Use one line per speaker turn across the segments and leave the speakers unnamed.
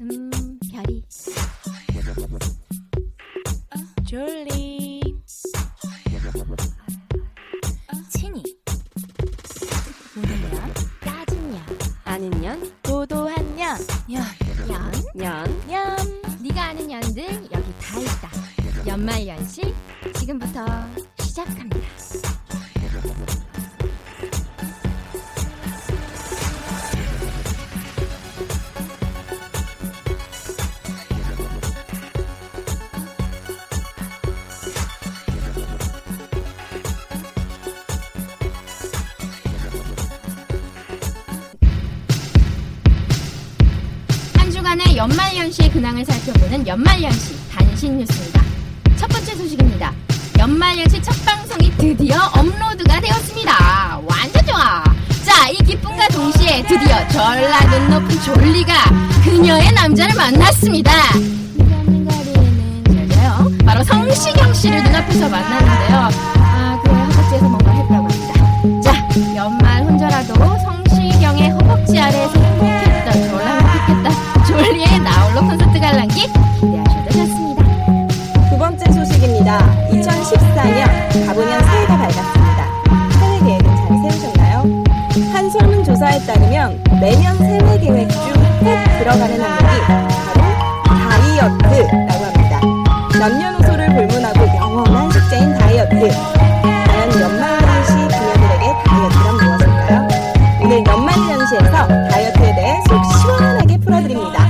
음 별이 졸리 친이 따진 년 아는 년 도도한 년년
연 네가 아는 연들 여기 다 있다 연말연시 지금부터 시작합니다 한 주간의 연말연시의 근황을 살펴보는 연말연시 단신 뉴스입니다. 첫 번째 소식입니다. 연말연시 첫 방송이 드디어 업로드가 되었습니다. 완전 좋아! 자, 이 기쁨과 동시에 드디어 전라도 높은 졸리가 그녀의 남자를 만났습니다. 남가리에는 여자요. 바로 성시경 씨를 눈앞에서 만났는데요. 아, 그의 허벅지에서 뭔가 했다고 합니다. 자, 연말 혼자라도 성시경의 허벅지 아래에서 행복했던 졸라 행복했던 졸리의 나홀로 콘서트 관람기 기대하셔도 좋습니다.
두 번째 소식입니다. 2014년 가보년 새해가 밝았습니다. 새해 계획은 잘 세우셨나요? 한 설문조사에 따르면 매년 새해 계획 중 꼭 들어가는 항목이 바로 다이어트라고 합니다. 남녀노소를 불문하고 영원한 숙제인 다이어트. 과연 연말연시 그녀들에게 다이어트란 무엇일까요? 오늘 연말연시에서 다이어트에 대해 속 시원하게 풀어드립니다.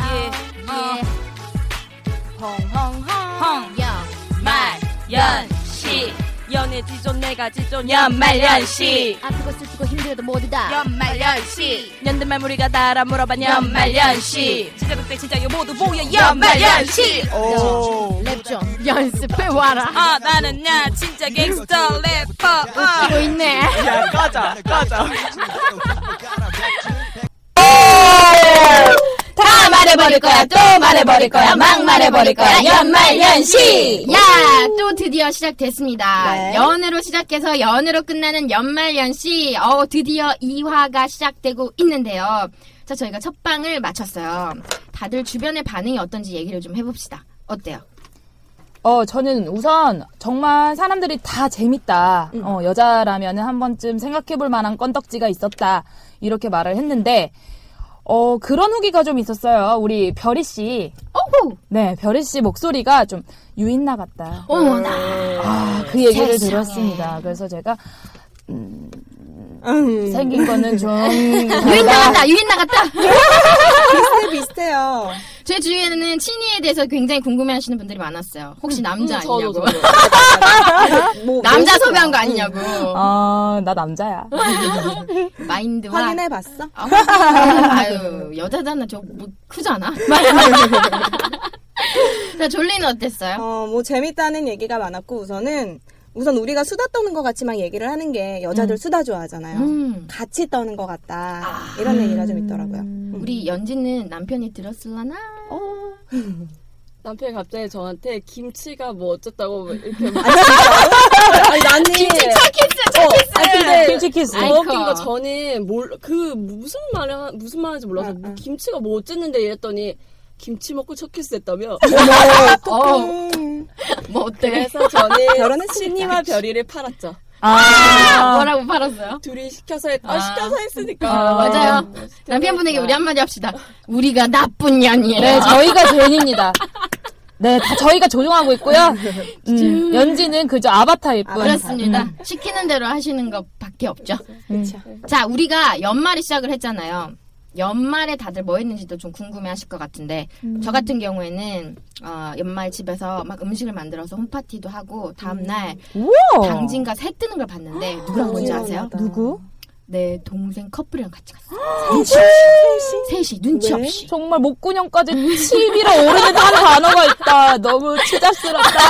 예. 홍홍홍 연말연시
연애 지존 내가 지존 연말연시
아프고 슬프고 힘들어도 모두 다
연말연시 연든말 우리가 달아 물어봐 연말연시 진짜 극대 진짜 이거 모두 모여 연말연시
연말연시 랩좀 연습해 와라
아 나는 야 진짜 갱스터 래퍼 어.
하고 있네
다 말해버릴 거야 또 말해버릴 거야 막 말해버릴 거야 연말연시 네.
야, 또 드디어 시작됐습니다. 연으로 시작해서 연으로 끝나는 연말연시. 어, 드디어 2화가 시작되고 있는데요. 자, 저희가 첫 방을 마쳤어요. 다들 주변의 반응이 어떤지 얘기를 좀 해봅시다. 어때요?
어, 저는 우선 정말 사람들이 다 재밌다. 어, 여자라면 한 번쯤 생각해볼 만한 건덕지가 있었다. 이렇게 말을 했는데, 어, 그런 후기가 좀 있었어요. 우리 별이 씨.
오호!
네, 별이 씨 목소리가 좀 유인나 같다.
어머나!
아, 그 얘기를
세상에.
들었습니다. 그래서 제가, 음, 생긴 거는 좀.
음.
유인 나갔다! 유인 나갔다!
비슷해, 비슷해요.
제 주위에는 친이에 대해서 굉장히 궁금해 하시는 분들이 많았어요.
음.
혹시 남자 아니냐고.
뭐,
남자
뭐
소비한 거 아니냐고.
어.
아, 나 남자야.
마인드와.
확인해봤어?
아, 아유, 여자잖아. 저, 뭐, 크잖아. 자, 졸리는 어땠어요?
어, 뭐 재밌다는 얘기가 많았고 우선은 우선 우리가 수다 떠는 것 같지만 얘기를 하는 게 여자들 수다 좋아하잖아요.
음.
같이 떠는 것 같다
아.
이런 얘기가 좀 있더라고요.
음.
우리 연지는 남편이 들었을라나?
남편이 갑자기 저한테 김치가 뭐 어쨌다고 막 이렇게 막
아니, 나는. 김치 아,
근데
김치 키스.
더 웃긴
아이코.
거 저는 몰 그 무슨 말을 하- 무슨 말인지 몰라서
아, 아.
김치가 뭐 어쨌는데 이랬더니 김치 먹고 첫 키스 했다며.
어.
뭐 어때?
그래서 저는
결혼했으니까.
신이와 별이를 팔았죠.
아,
뭐라고 팔았어요?
둘이 시켜서 했,
아.
아, 시켜서 했으니까.
아,
맞아요. 남편분에게 우리 한마디 합시다. 우리가 나쁜 년이에요.
네, 저희가 죄인입니다. 네, 다 저희가 조종하고 있고요.
네.
음, 연지는 그저 아바타일 뿐.
그렇습니다. 시키는 대로 하시는 것밖에 없죠. 음.
그쵸.
자, 우리가 연말이 시작을 했잖아요. 연말에 다들 뭐 했는지도 좀 궁금해 하실 것 같은데, 저 같은 경우에는, 어, 연말 집에서 막 음식을 만들어서 홈파티도 하고, 다음날,
우와!
당진가 새 뜨는 걸 봤는데, 누구랑 뭔지 아세요?
누구?
내 동생 커플이랑 같이 갔어요. 셋이, 눈치
왜?
없이.
정말 목구녕까지 TV로 오르는 한 단어가 있다. 너무 추잡스럽다.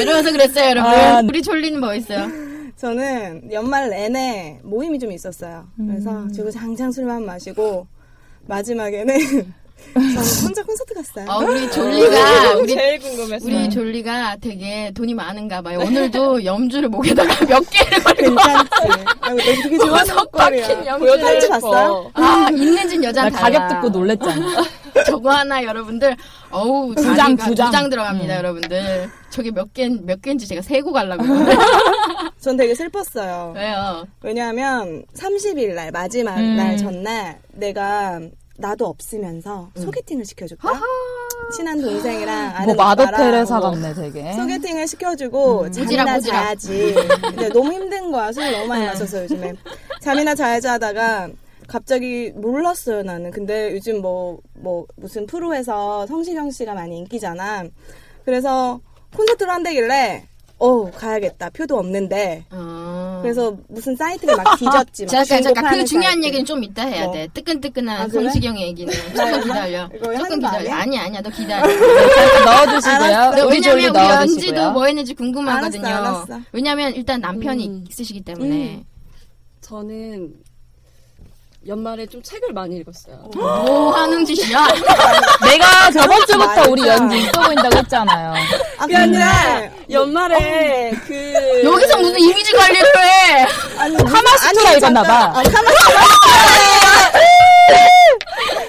이러면서 그랬어요, 여러분.
아.
우리 졸리는 뭐 있어요?
저는 연말 내내 모임이 좀 있었어요.
음.
그래서 주구장창 술만 마시고 마지막에는 저는 혼자 콘서트 갔어요.
어, 우리 졸리가, 우리
제일 궁금했어요.
우리 졸리가 되게 돈이 많은가 봐요. 오늘도 염주를 목에다가 몇 개를 걸고
괜찮지. 아, 너 되게 좋아하는
박힌
거리야.
염주를
팔찌 봤어요?
아 있는 집 여자
나
달라.
가격 듣고 놀랬잖아.
저거 하나 여러분들 어우
두 장,
다리가
두 장.
두장 들어갑니다 여러분들. 저게 몇개몇 개인지 제가 세고 가려고
전 되게 슬펐어요.
왜요?
왜냐하면 30일 날 마지막
음.
날 전날 내가 나도 없으면서 소개팅을 시켜줬다. 친한 동생이랑 아는
뭐 마더
오빠랑
테레사
뭐
같네, 되게.
소개팅을 시켜주고 잠이나
오지랖, 오지랖.
자야지. 근데 너무 힘든 거야. 술 너무 많이 마셔서 요즘에 잠이나 자야지 하다가 갑자기 몰랐어요 나는. 근데 요즘 뭐 뭐 무슨 프로에서 성시경 씨가 많이 인기잖아. 그래서 콘서트를 한다길래 어 가야겠다. 표도 없는데
어.
그래서 무슨 사이트를 막 뒤졌지. 막
잠깐 잠깐 그
중고파는
중요한
사이트.
얘기는 좀 이따 해야
뭐?
돼. 뜨끈뜨끈한
아, 그래?
성시경 얘기는 조금 기다려.
이거 하는
조금
거
기다려.
아니야?
아니 아니야 너 기다려.
잠깐 넣어주시고요.
알았어.
우리 졸리
왜냐면 우리 연지도
넣어주시고요.
뭐 했는지 궁금하거든요.
알았어, 음. 알았어.
왜냐면 일단 남편이 있으시기 때문에.
저는 연말에 좀 책을 많이 읽었어요.
오 한웅지 씨야.
내가 저번 주부터
말자.
우리 연지 있어 보인다고 했잖아요.
아, 그게 아니라
연말에 그
여기서 무슨 이미지 관리를 해?
아니,
카마수트라
아니,
읽었나
잠깐.
봐.
아, 카마수트라.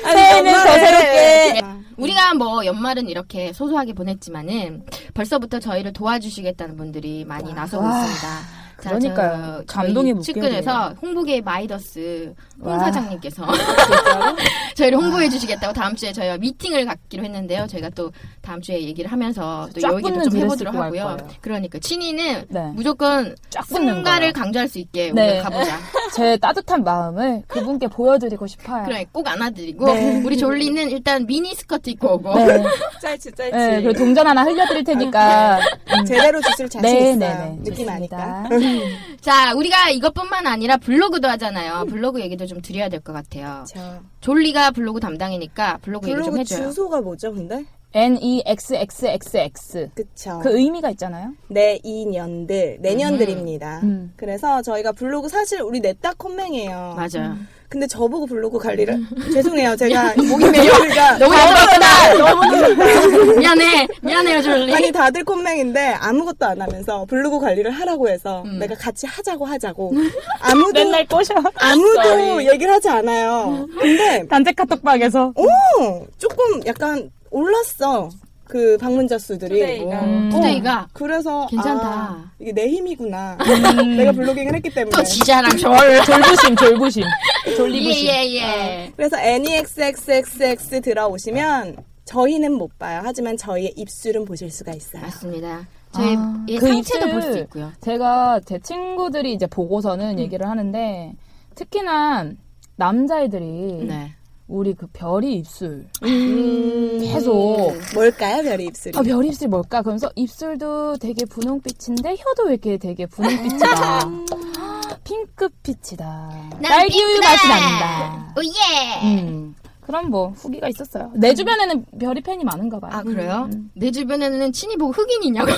새해는 아, 더 새롭게.
우리가 뭐 연말은 이렇게 소소하게 보냈지만은 벌써부터 저희를 도와주시겠다는 분들이 많이 나서고 있습니다. 자,
그러니까요.
저- 저희
감동이 묶이네요.
측근에서 홍보계 마이더스 홍
와.
사장님께서 저희를 홍보해 주시겠다고 다음 주에 저희와 미팅을 갖기로 했는데요. 저희가 또 다음 주에 얘기를 하면서 또
쫙
얘기도
붙는
좀
드레스
해보도록
입고 갈
하고요.
거예요.
그러니까 친이는
네.
무조건
쫙 붙는
승가를
거.
강조할 수 있게
네.
우리가 가보자.
제 따뜻한 마음을 그분께 보여드리고 싶어요.
그래 꼭 안아드리고 우리 졸리는 일단 미니 스커트 입고 오고
네,
짤치 짤치.
네, 그리고 동전 하나 흘려드릴 테니까.
제대로 주실 자신
네, 네,
있어요.
네.
느낌 아니까.
음,
그렇죠.
자, 우리가 이것뿐만 아니라 블로그도 하잖아요. 블로그 얘기도 좀 드려야 될 것 같아요.
자,
졸리가 블로그 담당이니까 블로그 얘기 좀
블로그
해줘요.
주소가 뭐죠, 근데?
N E X X X X
그쵸.
그 의미가 있잖아요.
내 2년들, 내년들입니다.
음.
그래서 저희가 블로그 사실 우리 넷다 컴맹이에요.
맞아요.
음.
근데 저보고 블로그 관리를 죄송해요. 제가 목이 메이가
너무 힘들었구나. 미안해. 미안해요, 졸리.
아니 다들 콤맹인데 아무것도 안 하면서 블로그 관리를 하라고 해서 내가 같이 하자고 하자고 아무도 맨날 꼬셔 아무도 얘기를 하지 않아요. 근데
단체 카톡방에서.
어, 조금 약간 올랐어 그 방문자 수들이. 어.
투데이가.
음.
투데이가
그래서
괜찮다.
아, 이게 내 힘이구나. 내가 블로깅을 했기 때문에.
또 지자랑 졸.
네. 졸부심, 졸부심.
예,
졸리부심.
예, 예.
그래서 E NEXXXX 들어오시면 저희는 못 봐요. 하지만 저희의 입술은 보실 수가 있어요.
맞습니다. 저희
아,
예,
그
상체도
입술.
볼 수 있고요. 음.
제가 제 친구들이 이제 보고서는 얘기를 하는데 특히나 남자애들이
네.
우리 그 별이 입술 계속
음. 뭘까요, 별의 입술이?
아, 별 입술 뭘까? 그러면서 입술도 되게 분홍빛인데 혀도 왜 이렇게 되게 분홍빛이다. 핑크빛이다.
난
딸기우유 맛이
핑크다.
난다.
오, 예.
음. 그럼 뭐 후기가 있었어요. 내 주변에는 별이 팬이 많은가 봐요.
음.
음,
아, 그래요? 내 주변에는 친이 보고 흑인이냐고.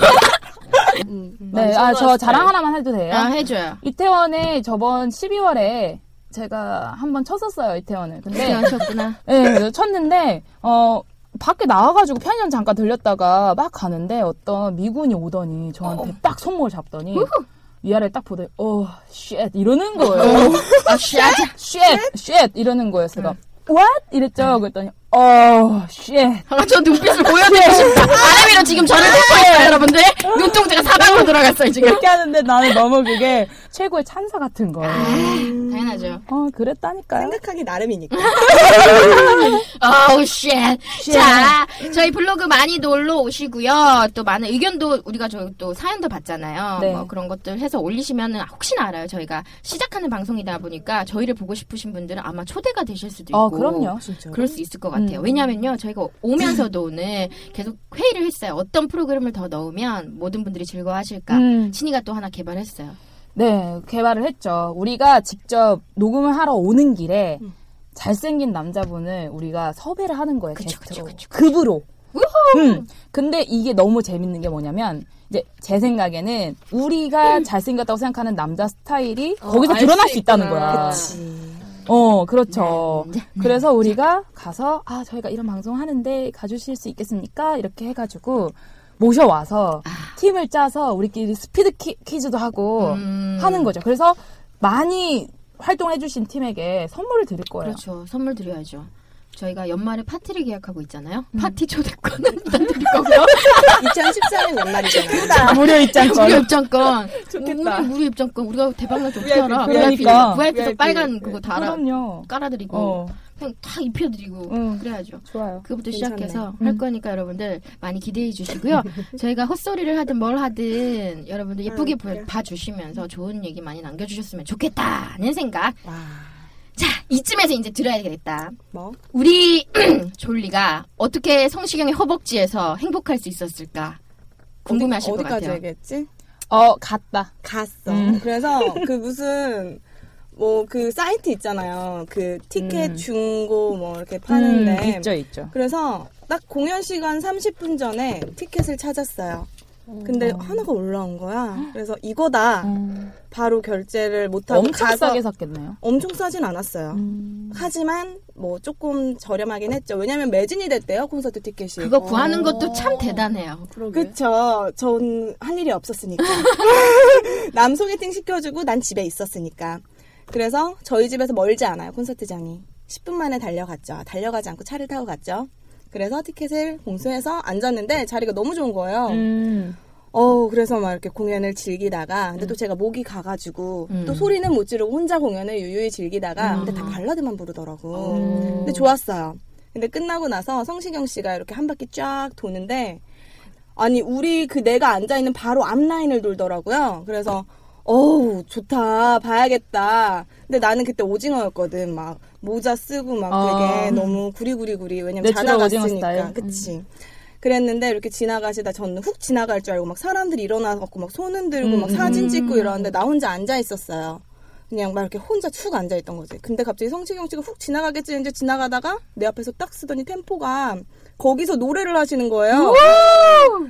음.
네, 아, 저 자랑 하나만 해도 돼요?
아, 해줘요.
이태원에 저번 12월에 제가 한번 쳤었어요, 이태원을. 근데
하셨구나.
예, 네, 쳤는데, 어, 밖에 나와가지고 편의점 잠깐 들렸다가 막 가는데 어떤 미군이 오더니 저한테 딱 손목을 잡더니 위아래 딱 보더니, 어, 네. 쉣, 이러는 거예요.
아, 샤.
쉣, 쉣, 이러는 거예요, 제가. what? 이랬죠. 그랬더니 어, shit.
아, 저 눈빛을 보여드리고 싶다. 아람이로 지금 저를 듣고 있어요, 여러분들. 눈동자가 사방으로 돌아갔어요, 지금.
이렇게 하는데 나는 너무 그게 아. 최고의 찬사 같은 거예요.
당연하죠.
어, 그랬다니까요.
생각하기 나름이니까.
어우, 쉣. 자, 저희 블로그 많이 놀러 오시고요. 또 많은 의견도 우리가 저 또 사연도 봤잖아요.
네.
뭐 그런 것들 해서 올리시면은 혹시나 알아요. 저희가 시작하는 방송이다 보니까 저희를 보고 싶으신 분들은 아마 초대가 되실 수도 있고.
어, 그럼요.
진짜.
그럴 수 있을 것 같아요.
음.
왜냐면요, 저희가 오면서도 오늘 계속 회의를 했어요. 어떤 프로그램을 더 넣으면 모든 분들이 즐거워하실까.
음.
신이가 또 하나 개발했어요.
네, 개발을 했죠. 우리가 직접 녹음을 하러 오는 길에
음.
잘생긴 남자분을 우리가 섭외를 하는 거예요.
그쵸,
게스트로.
그쵸, 그쵸,
급으로. 음. 근데 이게 너무 재밌는 게 뭐냐면 이제 제 생각에는 우리가
음.
잘생겼다고 생각하는 남자 스타일이
어,
거기서
알수
드러날 수 있다는
있구나.
거야.
그치.
어, 그렇죠.
네,
그래서 우리가 가서 아 저희가 이런 방송 하는데 가주실 수 있겠습니까? 이렇게 해가지고 모셔와서 팀을 짜서 우리끼리 스피드 퀴, 퀴즈도 하고
음.
하는 거죠. 그래서 많이 활동해주신 팀에게 선물을 드릴 거예요.
그렇죠. 선물 드려야죠. 저희가 연말에 파티를 계약하고 있잖아요.
음.
파티 초대권은 일단 드릴 거고요.
2014년 연말이잖아요.
무료
무료
입장권.
입장권.
좋겠다.
우리 무료 입장권. 우리가 대박날 좀
VIP,
피하라.
그러니까.
VIP도
VIP.
빨간 그거 달아
그럼요.
깔아드리고
어,
그냥 다 입혀드리고
응.
그래야죠.
좋아요.
그부터
괜찮네.
시작해서
음.
할 거니까 여러분들 많이 기대해 주시고요. 저희가 헛소리를 하든 뭘 하든 여러분들 예쁘게
아,
보-
그래.
봐주시면서 좋은 얘기 많이 남겨주셨으면 좋겠다는 생각.
와,
자 이쯤에서 이제 들어야겠다.
뭐?
우리 졸리가 어떻게 성시경의 허벅지에서 행복할 수 있었을까 궁금해하실 것
어디, 어디까지
같아요.
얘기했지?
어, 갔다.
갔어.
음.
그래서 그 무슨 뭐 그 사이트 있잖아요. 그 티켓
음.
중고 뭐 이렇게
음,
파는데
있죠, 있죠.
그래서 딱 공연 시간 30분 전에 티켓을 찾았어요. 근데 하나가 올라온 거야. 그래서 이거다.
음,
바로 결제를 못하고
엄청
가서
싸게 샀겠네요.
엄청 싸진 않았어요.
음.
하지만 뭐 조금 저렴하긴 했죠. 왜냐면 매진이 됐대요 콘서트 티켓이. 어.
그거 구하는 것도 참 대단해요.
그쵸. 전 할 일이 없었으니까. 남 소개팅 시켜주고 난 집에 있었으니까. 그래서 저희 집에서 멀지 않아요, 콘서트장이. 10분 만에 달려갔죠. 달려가지 않고 차를 타고 갔죠. 그래서 티켓을 공수해서 앉았는데 자리가 너무 좋은 거예요.
음.
어우, 그래서 막 이렇게 공연을 즐기다가, 근데 또 제가 목이 가가지고,
음.
또 소리는 못 지르고 혼자 공연을 유유히 즐기다가, 근데 다 발라드만 부르더라고. 근데 좋았어요. 근데 끝나고 나서 성시경 씨가 이렇게 한 바퀴 쫙 도는데, 아니, 우리 그 내가 앉아있는 바로 앞라인을 돌더라고요. 그래서, 어우, 좋다. 봐야겠다. 근데 나는 그때 오징어였거든. 막, 모자 쓰고 막 되게
아.
너무 구리구리구리. 왜냐면
내추럴 오징어
자다갔으니까.
스타일. 음.
그치. 그랬는데 이렇게 지나가시다 저는 훅 지나갈 줄 알고 막 사람들이 일어나갖고 막 손 흔들고
음,
막 사진
음.
찍고 이러는데 나 혼자 앉아 있었어요. 그냥 막 이렇게 혼자 축 앉아 있던 거지. 근데 갑자기 성시경 씨가 훅 지나가겠지 했는데 지나가다가 내 앞에서 딱 쓰더니 템포가 거기서 노래를 하시는 거예요.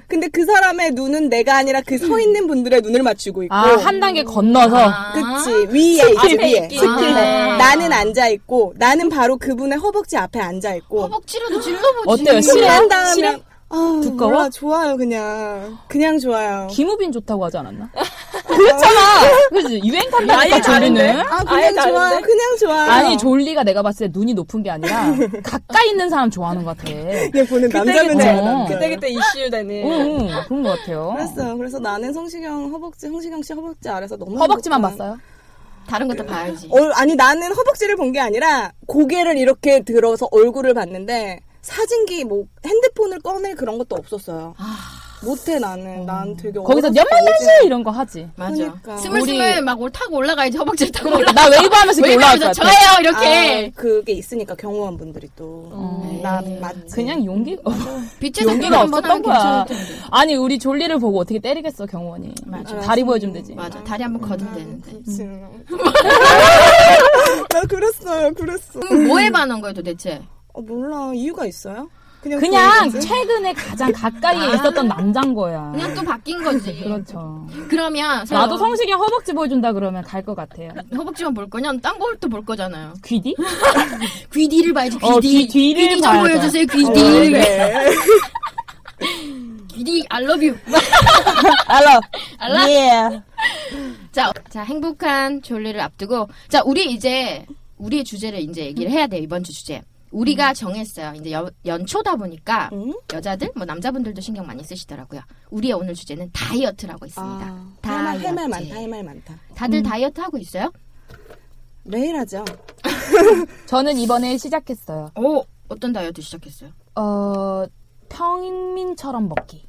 근데 그 사람의 눈은 내가 아니라 그 서 있는 분들의 눈을 맞추고 아, 있고.
아, 한 단계 건너서.
그치 위에 이제 위에
있기.
스킬로
아.
나는 앉아 있고 나는 바로 그분의 허벅지 앞에 앉아 있고
허벅지라도 질러보지.
어때요?
그
싫어?
한 다음에
싫어?
아,
두꺼워?
몰라, 좋아요 그냥 그냥 좋아요.
김우빈 좋다고 하지 않았나? 그렇잖아. 그지 유행 탐사니까 졸리는.
아 그냥
아예 다른데?
좋아요 그냥 좋아요.
아니 졸리가 내가 봤을 때 눈이 높은 게 아니라 가까이 있는 사람 좋아하는 것 같아.
그냥 보는 남자는
그때
잘
그때
남자.
그때그때 이슈되는.
응, 응, 그런 것 같아요.
그랬어요. 그래서 나는 성시경 허벅지, 성시경 씨 허벅지 아래서 너무
허벅지만
행복한-
봤어요?
다른 것도 봐야지.
얼- 아니 나는 허벅지를 본 게 아니라 고개를 이렇게 들어서 얼굴을 봤는데 사진기 뭐 핸드폰을 꺼낼 그런 것도 없었어요. 못해 나는 난 되게
아. 거기서
어렸을 때
연말연시 이런 거 하지.
맞아.
그러니까.
스물스물 막 올- 타고 올라가야지 허벅지를 타고 올라.
나 웨이브하면서 이렇게 올라올
왜냐면
것 같아.
저예요
아,
이렇게. 네.
그게 있으니까 경호원 분들이 또 아. 나 맞지.
어. 음. 그냥 용기
빛의
용기가
한번 하면
없었던 거야.
괜찮을 텐데.
아니 우리 졸리를 보고 어떻게 때리겠어 경원이.
맞아.
다리 보여주면 되지.
맞아. 다리 한번 거듭대는데.
지금. 음.
음.
나 그랬어요, 그랬어.
그럼 뭐에 반한 거예요 도대체?
어, 몰라 이유가 있어요?
그냥
그런 거지?
최근에 가장 가까이에 있었던 남잔 거야.
그냥 또 바뀐 거지.
아. 그렇죠.
그러면
나도 성식이 허벅지 보여준다 그러면 갈 것 같아요.
허벅지만 볼 거냐? 딴 걸 또 볼 거잖아요.
귀디?
귀 뒤를 봐야지. 귀
어,
뒤.
귀 뒤를
귀 뒤 좀
봐야 돼.
보여주세요. 귀
어,
뒤.
네.
귀 뒤. I love you.
알아.
알라.
예.
자, 자 행복한 졸리를 앞두고 자 우리 이제 우리의 주제를 이제 얘기를 해야 돼 이번 주 주제. 우리가 정했어요. 이제 여- 연초다 보니까
음?
여자들 뭐 남자분들도 신경 많이 쓰시더라고요. 우리의 오늘 주제는 다이어트라고 있습니다.
아,
아, 할말
다이어트.
할 말 많다 할 말 많다.
다들 다이어트 하고 있어요?
매일 하죠.
저는 이번에 시작했어요.
오 어떤 다이어트 시작했어요?
어, 평민처럼 먹기.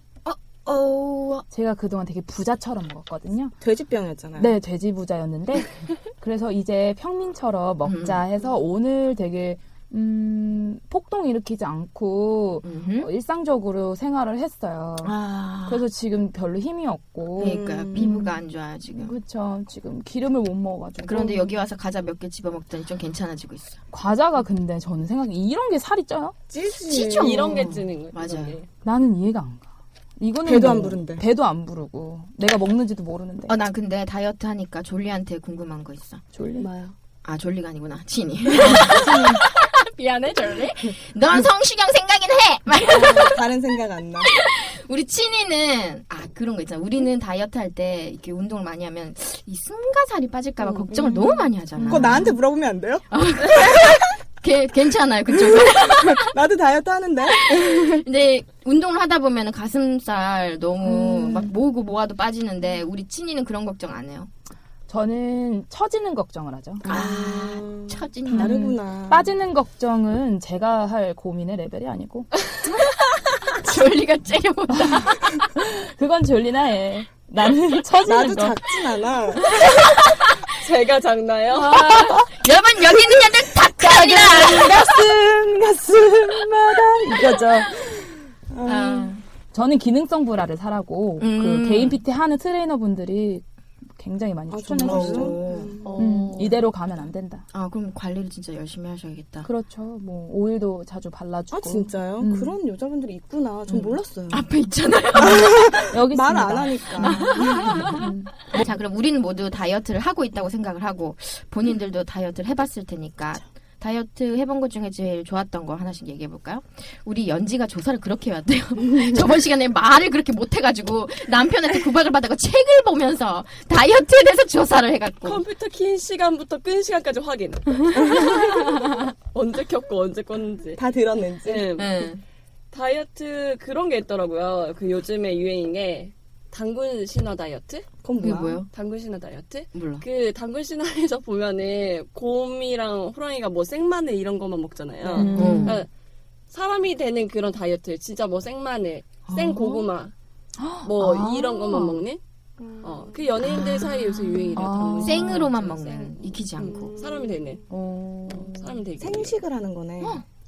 어
제가 그동안 되게 부자처럼 먹었거든요.
돼지병이었잖아요.
네, 돼지 부자였는데 그래서 이제 평민처럼
음.
먹자 해서 오늘 되게 음, 폭동 일으키지 않고 어, 일상적으로 생활을 했어요.
음? 아
그래서 지금 별로 힘이 없고
그러니까
음.
피부가 안 좋아요 지금.
그렇죠. 지금 기름을 못 먹어가지고
그런데 여기 와서 과자 몇 개 집어 먹더니 좀 괜찮아지고 있어.
과자가 근데 저는 생각에 이런 게 살이 쪄요?
찌지.
찌죠.
이런 게 찌는 거예요.
맞아요.
이런 게.
나는 이해가 안 가. 이거는
배도 안
뭐,
부른데.
배도 안 부르고 내가 먹는지도 모르는데
어, 나 근데 다이어트 하니까 졸리한테 궁금한 거 있어.
졸리.
아, 졸리가 아니구나. 진이.
미안해 절대.
넌 성시경 생각이나 해! 막
다른 생각 안 나.
우리 친이는, 아, 그런 거 있잖아. 우리는 다이어트 할 때 이렇게 운동을 많이 하면 이 승가살이 빠질까봐 걱정을 너무 많이 하잖아.
그거 나한테 물어보면 안 돼요?
걔- 괜찮아요, 그쪽
나도 다이어트 하는데.
근데 운동을 하다 보면 가슴살 너무 막 모으고 모아도 빠지는데 우리 친이는 그런 걱정 안 해요.
저는 처지는 걱정을 하죠.
아, 처진다.
다르구나.
음. 빠지는 걱정은 제가 할 고민의 레벨이 아니고
졸리가 째려보다.
그건 졸리나 해. 나는 처지는
나도
거.
작진 않아.
제가 작나요?
여러분, 여기 있는 애들 다 크다!
가슴 가슴마다 이거죠.
아,
저는 기능성 브라를 사라고
음.
그 개인 PT 하는 트레이너분들이 굉장히 많이
아,
추천해
정말요?
주시죠.
어.
음, 이대로 가면 안 된다.
아, 그럼 관리를 진짜 열심히 하셔야겠다.
그렇죠. 뭐 오일도 자주 발라주고.
아 진짜요?
음.
그런 여자분들이 있구나. 전 몰랐어요.
앞에 있잖아요.
여기
말
있습니다. 음.
안 하니까.
자, 그럼 우리는 모두 다이어트를 하고 있다고 생각을 하고 본인들도 다이어트를 해봤을 테니까 다이어트 해본 것 중에 제일 좋았던 거 하나씩 얘기해 볼까요? 우리 연지가 조사를 그렇게 해왔대요. 저번 시간에 말을 그렇게 못해가지고 남편한테 구박을 받아가 책을 보면서 다이어트에 대해서 조사를 해갖고
컴퓨터 킨 시간부터 끈 시간까지 확인. 언제 켰고 언제 껐는지.
다 들었는지.
네.
응.
다이어트 그런 게 있더라고요. 그 요즘에 유행에 당근 신화 다이어트?
그건
그게
뭐야?
뭐예요?
당근 신화 다이어트?
몰라.
그 당근 신화에서 보면은 곰이랑 호랑이가 뭐 생마늘 이런 것만 먹잖아요.
음.
음.
그러니까 사람이 되는 그런 다이어트. 진짜 뭐 생마늘, 생고구마, 뭐
아.
이런 것만 먹는? 어, 그 연예인들 사이에 요새 유행이래요.
아.
당근 신화
생으로만
다이어트.
먹는
생.
익히지 않고
음, 사람이 되는.
어.
사람이 되게.
생식을 하는 거네.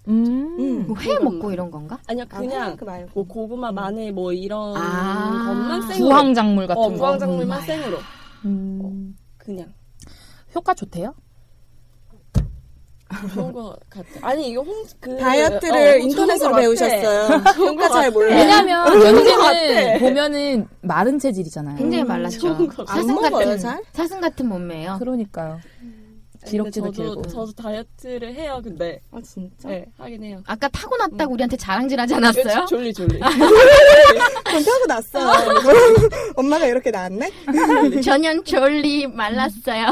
음.
음.
뭐 회 먹고 이런 건가?
아니요,
아,
그냥
그 말고.
뭐 고구마, 마늘 뭐 이런
아.
것만 생으로.
부황작물 같은
어,
거.
무항작물만 생으로.
음.
그냥.
효과 좋대요?
어.
그런 거 같아. 아니, 이거 홍, 그.
다이어트를
어, 좋은
인터넷으로
것 같아.
배우셨어요.
좋은 거
효과 잘
같아.
몰라요.
왜냐면 연지는 보면은 마른 체질이잖아요.
굉장히 말랐죠.
좋은 거.
사슴
안 먹어요,
같은
잘?
사슴 같은
음.
몸매예요.
그러니까요.
근데
기럭지도
저도,
길고.
저도 다이어트를 해요, 근데.
아 진짜?
네, 하긴 해요.
아까 타고났다고 우리한테 자랑질하지 않았어요?
졸리, 졸리.
아,
전 타고 났어요. 엄마가 이렇게 낳았네?
전혀 졸리 말랐어요.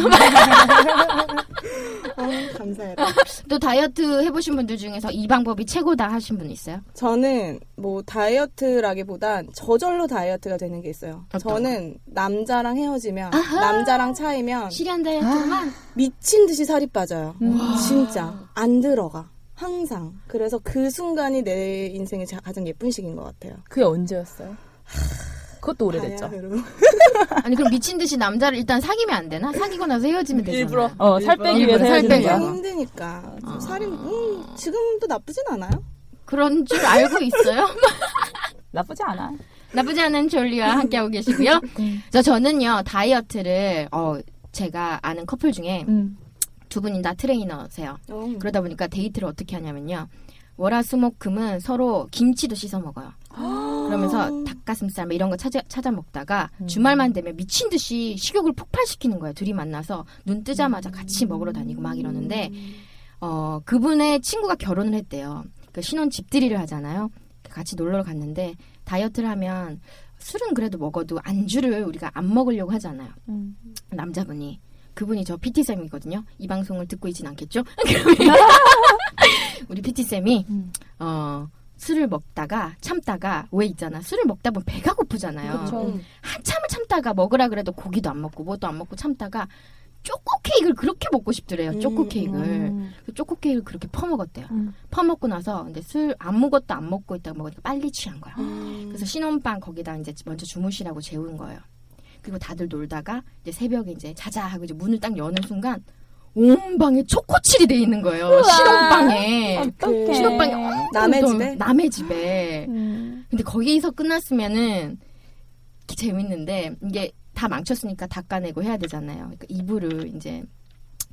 아, 감사해라.
또 다이어트 해보신 분들 중에서 이 방법이 최고다 하신 분 있어요?
저는 뭐 다이어트라기보단 저절로 다이어트가 되는 게 있어요.
어떤
저는 남자랑 헤어지면 남자랑 차이면
실현 다이어트만?
미친 듯이 살이 빠져요. 진짜 안 들어가. 항상. 그래서 그 순간이 내 인생의 자- 가장 예쁜 시기인 것 같아요.
그게 언제였어요? 그것도 네, 오래됐죠.
다이어트로.
아니 그럼 미친 듯이 남자를 일단 사귀면 안 되나? 사귀고 나서 헤어지면 되잖아.
일부러.
어, 살 빼기 위해서
살
헤어지는
빼기
너무
그래요?
거야.
힘드니까. 좀 살이 음, 지금도 나쁘진 않아요.
그런 줄 알고 있어요?
나쁘지 않아.
나쁘지 않은 졸리와 함께하고 계시고요. 저 저는요 다이어트를 어 제가 아는 커플 중에
음.
두 분이 다 트레이너세요.
어.
그러다 보니까 데이트를 어떻게 하냐면요. 월화수목금은 서로 김치도 씻어 먹어요. 그러면서 닭가슴살 뭐 이런 거 찾아, 찾아 먹다가 주말만 되면 미친 듯이 식욕을 폭발시키는 거예요. 둘이 만나서 눈 뜨자마자 같이 먹으러 다니고 막 이러는데 어 그분의 친구가 결혼을 했대요. 그 신혼 집들이를 하잖아요. 그 같이 놀러 갔는데 다이어트를 하면 술은 그래도 먹어도 안주를 우리가 안 먹으려고 하잖아요.
음.
남자분이 그분이 저 PT 쌤이거든요. 이 방송을 듣고 있진 않겠죠? 우리 PT 쌤이 어 술을 먹다가 참다가 왜 있잖아 술을 먹다 보면 배가 고프잖아요.
그렇죠. 음.
한참을 참다가 먹으라 그래도 고기도 안 먹고 뭐도 안 먹고 참다가 초코 케이크를 그렇게 먹고 싶더래요. 초코
음,
케이크를 그 초코 케이크를 그렇게 퍼먹었대요.
음.
퍼먹고 나서 근데 술 아무것도 안 먹고 있다가 먹으니까 빨리 취한 거야. 음.
음.
그래서 신혼방 거기다 이제 먼저 주무시라고 재운 거예요. 그리고 다들 놀다가 이제 새벽에 이제 자자 하고 이제 문을 딱 여는 순간 온 방에 초코칠이 돼 있는 거예요. 신혼방에.
어떡해.
신혼방에 엄청
남의
또-
집에?
남의 집에.
음.
근데 거기서 끝났으면은 이게 재밌는데 이게 다 망쳤으니까 닦아내고 해야 되잖아요. 그러니까 이불을 이제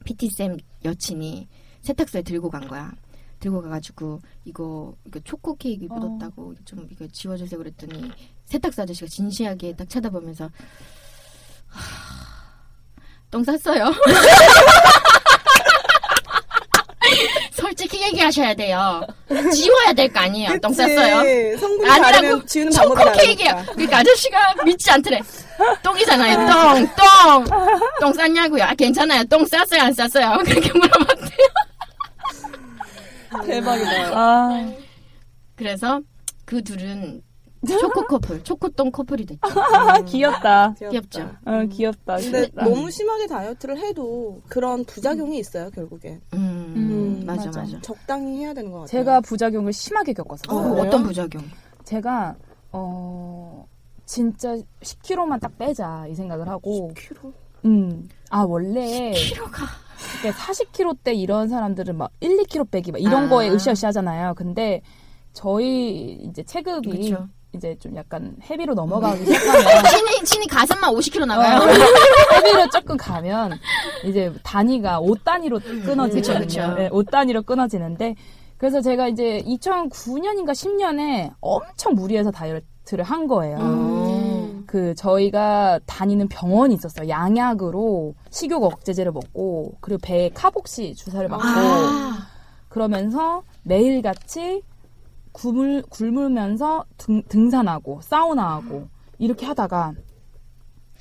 PT 쌤 여친이 세탁소에 들고 간 거야. 들고 가가지고 이거 이거 초코 케이크 묻었다고 좀 이거 지워주세요 그랬더니 세탁소 아저씨가 진지하게 딱 쳐다보면서 하, 똥 쌌어요. 솔직히 얘기하셔야 돼요. 지워야 될 거 아니에요. 똥 쌌어요.
성분이
아니라고
다르면 지우는 방법이
초코 케이크야.
다르니까.
그러니까 아저씨가 믿지 않더래. 똥이잖아요. 똥, 똥, 똥 쌌냐고요. 아 괜찮아요. 똥 쌌어요, 안 쌌어요. 그렇게 물어봤대요.
대박이다.
아,
그래서 그 둘은 초코 커플, 초코똥 커플이 됐죠.
아,
아, 귀엽다.
귀엽죠. 네.
어, 귀엽다.
근데
귀엽다.
너무 심하게 다이어트를 해도 그런 부작용이 있어요 결국엔
음,
음,
맞아,
맞아.
맞아.
적당히 해야 되는 것 같아요.
제가 부작용을 심하게
어,
겪었어요.
그래요?
어떤 부작용?
제가 어 진짜 10kg만 딱 빼자 이 생각을 하고
키로
음. 아 원래
키로가.
40kg 대 이런 사람들은 막 1, 2kg 빼기 막 이런
아.
거에 으쌰으쌰 하잖아요. 근데 저희 이제 체급이
그쵸.
이제 좀 약간 헤비로 넘어가기 시작하면
신이 신이 가슴만 50kg 나가요.
어, 헤비로 조금 가면 이제 단위가 5 단위로 끊어지죠.
음, 그쵸, 그쵸.
5 단위로 끊어지는데 그래서 제가 이제 2009년인가 10년에 엄청 무리해서 다이어트를 한 거예요.
음.
그 저희가 다니는 병원이 있었어요. 양약으로 식욕 억제제를 먹고 그리고 배에 카복시 주사를 맞고
아,
그러면서 매일같이 굶을, 굶으면서 등, 등산하고 사우나하고 이렇게 하다가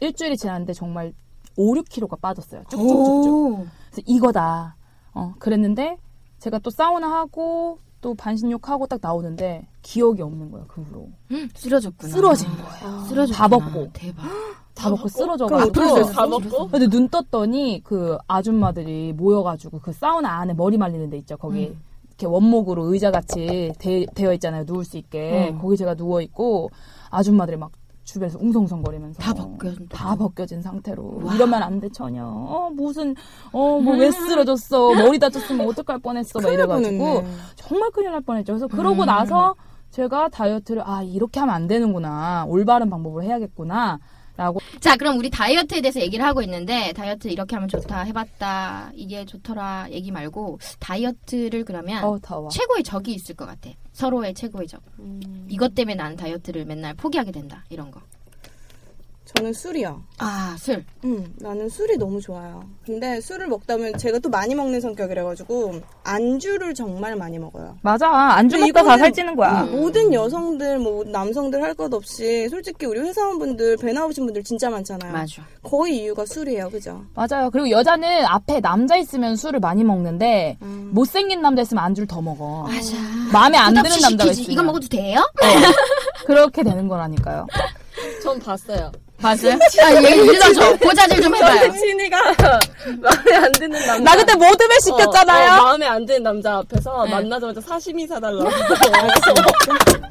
일주일이 지났는데 정말 5, 6kg가 빠졌어요. 쭉쭉쭉쭉.
오.
그래서 이거다. 어, 그랬는데 제가 또 사우나하고 또 반신욕하고 딱 나오는데 기억이 없는 거예요. 그 후로.
음, 쓰러졌구나. 아,
쓰러진 거예요.
쓰러졌구나.
다 먹고.
대박.
다
그러니까
그럼
먹고 쓰러져가지고.
어떻게
다 먹고?
근데 눈 떴더니 그 아줌마들이 모여가지고 그 사우나 안에 머리 말리는 데 있죠 거기
음.
이렇게 원목으로 의자 같이 되, 어 있잖아요 누울 수 있게
어.
거기 제가 누워 있고 아줌마들이 막 주변에서 웅성성거리면서
다 벗겨진-
다 벗겨진 상태로 이러면 안 돼 전혀 어, 무슨 어 뭐 왜 쓰러졌어 머리 다쳤으면 어떡할 뻔했어 막 이래가지고
네.
정말 큰일 날 뻔했죠. 그래서 그러고 나서 제가 다이어트를 아 이렇게 하면 안 되는구나 올바른 방법으로 해야겠구나
자, 그럼 우리 다이어트에 대해서 얘기를 하고 있는데 다이어트 이렇게 하면 좋다 해봤다 이게 좋더라 얘기 말고 다이어트를 그러면
어 더워
최고의 적이 있을 것 같아. 서로의 최고의 적. 이것 때문에 나는 다이어트를 맨날 포기하게 된다 이런 거.
저는 술이요.
아 술.
음, 나는 술이 너무 좋아요. 근데 술을 먹다 보면 제가 또 많이 먹는 성격이라가지고 안주를 정말 많이 먹어요.
맞아. 안주
근데
먹다
이거는-
다 살찌는 거야.
음.
모든 여성들, 뭐 남성들 할 것 없이 솔직히 우리 회사원분들 배 나오신 분들 진짜 많잖아요.
맞아.
거의 이유가 술이에요, 그죠?
맞아요. 그리고 여자는 앞에 남자 있으면 술을 많이 먹는데
음.
못생긴 남자 있으면 안주를 더 먹어.
맞아.
마음에 안 드는
끝없이
남자가
시키지.
있으면
이거 먹어도 돼요?
그렇게 되는 거라니까요.
전 봤어요.
봤어요? 아, 얘 일러줘. 고자질 좀 해봐요.
친이가 마음에 안 드는 남자.
나 그때 모듬에 시켰잖아요.
어, 어, 마음에 안 드는 남자 앞에서
네.
만나자마자 사시미 사달라고. 그래서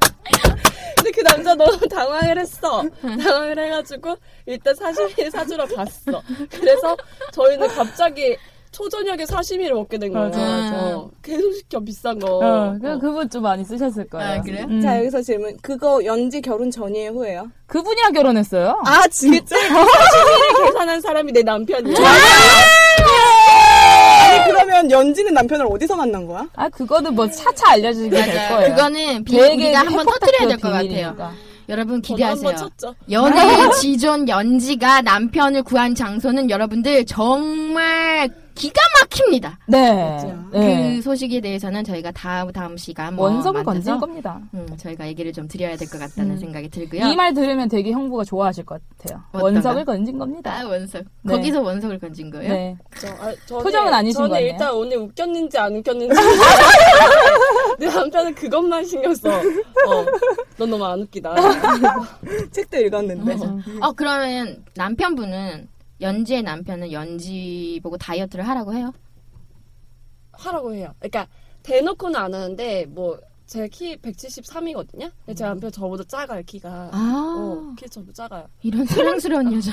근데 그 남자 너무 당황을 했어. 당황을 해가지고 일단 사시미를 사주러 갔어. 그래서 저희는 갑자기 초저녁에 사시미를 먹게 된 거예요.
맞아,
맞아.
어, 계속 시켜 비싼 거.
어, 그
어.
그분 좀 많이 쓰셨을 거예요.
아, 그래요?
음.
자, 여기서 질문. 그거 연지 결혼 전이에요, 후예요?
그분이랑 결혼했어요.
아, 진짜?
사시미를 계산한 사람이 내 남편이야.
아니, 그러면 연지는 남편을 어디서 만난 거야?
아, 그거는 뭐 차차 알려주게 될 거예요.
네, 그거는 비,
되게
우리가 한번 터뜨려야 될 것
비밀이니까.
같아요. 여러분
저도 한번
기대하세요.
쳤죠.
연예인 지존 연지가 남편을 구한 장소는 여러분들 정말 기가 막힙니다.
네. 네.
그 소식에 대해서는 저희가 다음 다음 시간 뭐
그 원성을
만나서,
건질 겁니다.
음, 저희가 얘기를 좀 드려야 될 것 같다는
음.
생각이 들고요.
이 말 들으면 되게 형부가 좋아하실 것 같아요.
어떤가요?
원석을 건진 겁니다.
아 원석
네.
거기서 원석을 건진 거예요.
네.
저, 아, 저는-
표정은 아니신
저는
거네요.
일단 오늘 웃겼는지 안 웃겼는지. 내 남편은 그것만 신경 써. 어, 넌 너무 안 웃기다.
책도 읽었는데.
어 그러면 남편분은 연지의 남편은 연지 보고 다이어트를 하라고 해요.
하라고 해요. 그러니까 대놓고는 안 하는데 뭐 제 키 173이거든요. 근데 제 남편 저보다 작아요 키가.
아
어, 키 저보다 작아요.
이런 사랑스러운 여자.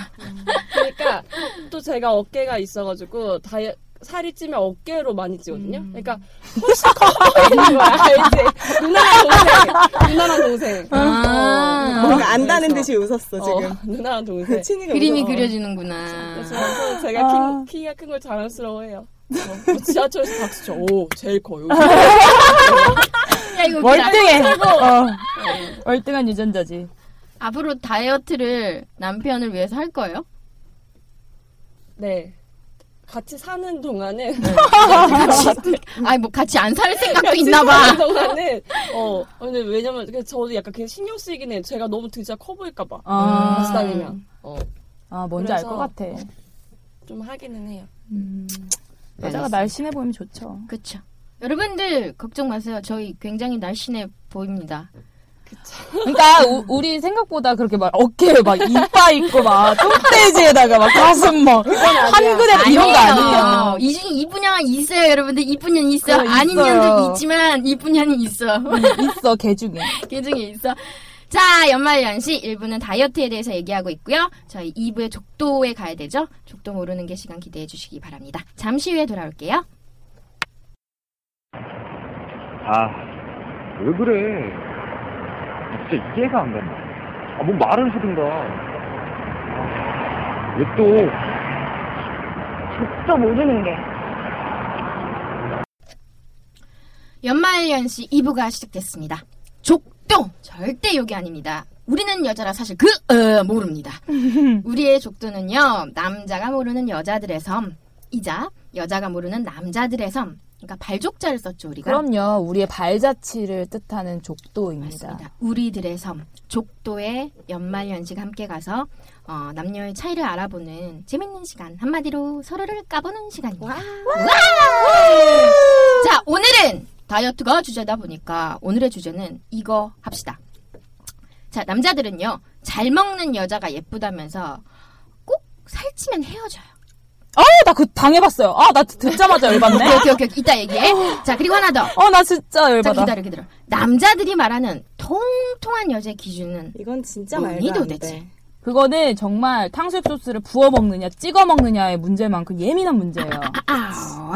그러니까 또 제가 어깨가 있어가지고 다이 살이 찌면 어깨로 많이 찌거든요. 그러니까 훨씬 커 보이는 거야. 알지? 누나랑 동생, 누나랑 동생.
아.
뭔가 안다는 듯이 웃었어
어,
지금.
누나랑 동생.
친이가
그림이
웃어.
그려지는구나.
그래서 저는 제가 키, 키가 큰 걸 자랑스러워해요. 어, 뭐 지하철에서 박수 쳐. 오, 제일 커요.
야, 이거 웃기다.
월등해. 어.
네.
월등한 유전자지.
앞으로 다이어트를 남편을 위해서 할 거예요?
네. 같이 사는
네.
동안에
음.
아니 뭐 같이 안 살 생각도 있나봐.
동안은 어 근데 왜냐면 그 저도 약간 그냥 신경 쓰이긴 해. 제가 너무 등치가 커 보일까 봐.
아.
같이 다니면 어좀
아, 뭔지 알 것 같아. 음.
하기는 해요.
네,
여자가 날씬해 보이면 좋죠.
그렇죠. 여러분들 걱정 마세요. 저희 굉장히 날씬해 보입니다.
그러니까 우, 우리 생각보다 그렇게 막 어깨에 막 이빠 있고 막 똥돼지에다가 막 가슴 막 한근에 뭐 이런 거 아니에요.
어, 이 중에 이쁜 년은 있어요, 여러분들. 이쁜 년 있어.
그래,
아닌
있어요.
년도 있지만 이쁜 년이 있어.
있어 개 중에.
그 중에 있어. 자, 연말연시 1부는 다이어트에 대해서 얘기하고 있고요. 저희 2부에 족도에 가야 되죠. 족도 모르는 게 시간 기대해 주시기 바랍니다. 잠시 후에 돌아올게요.
아, 왜 그래? 아, 진짜 이해가 안 간다. 아, 뭐 말을 하든가. 아, 왜 또,
또 모르는 게.
연말연시 2부가 시작됐습니다. 족도 절대 욕이 아닙니다. 우리는 여자라 사실 그 어, 모릅니다. 우리의 족도는요 남자가 모르는 여자들의 섬이자 여자가 모르는 남자들의 섬. 그러니까 발족자를 썼죠 우리가.
그럼요. 우리의 발자취를 뜻하는 족도입니다.
맞습니다. 우리들의 섬 족도의 연말연시가 함께 가서 어, 남녀의 차이를 알아보는 재밌는 시간 한마디로 서로를 까보는 시간입니다. 와! 자 오늘은 다이어트가 주제다 보니까 오늘의 주제는 이거 합시다. 자 남자들은요 잘 먹는 여자가 예쁘다면서 꼭 살찌면 헤어져요.
어, 나 그 당해봤어요. 아, 나 듣자마자 열받네.
오케이 오케이 오케이 이따 얘기해. 자 그리고 하나 더.
어, 나 진짜
자
열받아.
기다려 기다려. 남자들이 말하는 통통한 여자의 기준은
이건 진짜
뭐니
말도 안
도대체?
돼.
그거는 정말 탕수육 소스를 부어 먹느냐, 찍어 먹느냐의 문제만큼 예민한 문제예요.
아우.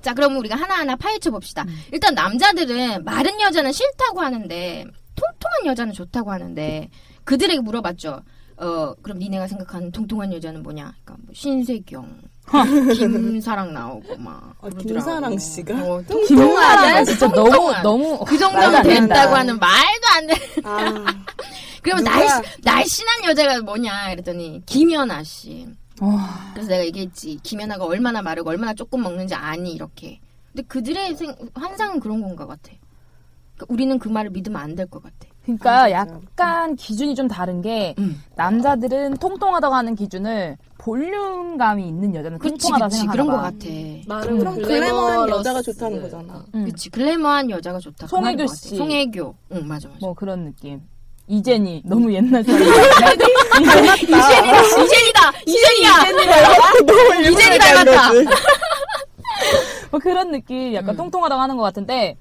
자, 그럼 우리가 하나하나 파헤쳐 봅시다.
음.
일단 남자들은 마른 여자는 싫다고 하는데 통통한 여자는 좋다고 하는데 그들에게 물어봤죠. 어, 그럼 니네가 생각하는 통통한 여자는 뭐냐? 그러니까 뭐 신세경, 김사랑 나오고 막.
어,
그러더라고.
김사랑 씨가?
어,
김나는
통통하다.
진짜 너무,
통통한.
너무.
그
말도
정도면
안 된다.
된다고 하는 말도 안 돼.
아,
그러면
누가-
날씨, 날씬한 여자가 뭐냐? 그랬더니 김연아 씨.
어.
와,
그래서 내가 얘기했지 김연아가 얼마나 마르고 얼마나 조금 먹는지 아니 이렇게 근데 그들의 생, 환상은 그런 건가 같아 그러니까 우리는 그 말을 믿으면 안 될 것 같아
그러니까 약간 기준이 좀 다른 게
음.
남자들은 통통하다고 하는 기준을 볼륨감이 있는 여자는
그렇지
통통하다
그렇지
생각하나
그런
봐.
것 같아
나름
그럼 글래머한
글래머러스.
여자가 좋다는 거잖아.
음.
그렇지 글래머한 여자가 좋다 그
송혜교
말인 것 같아.
씨.
송혜교 응 맞아 맞아
뭐 그런 느낌. 이젠이 너무 옛날 사람.
이젠이다 이젠이다 이젠이야 이젠이 닮았다
뭐 그런 느낌
음.
약간 통통하다고 하는 것 같은데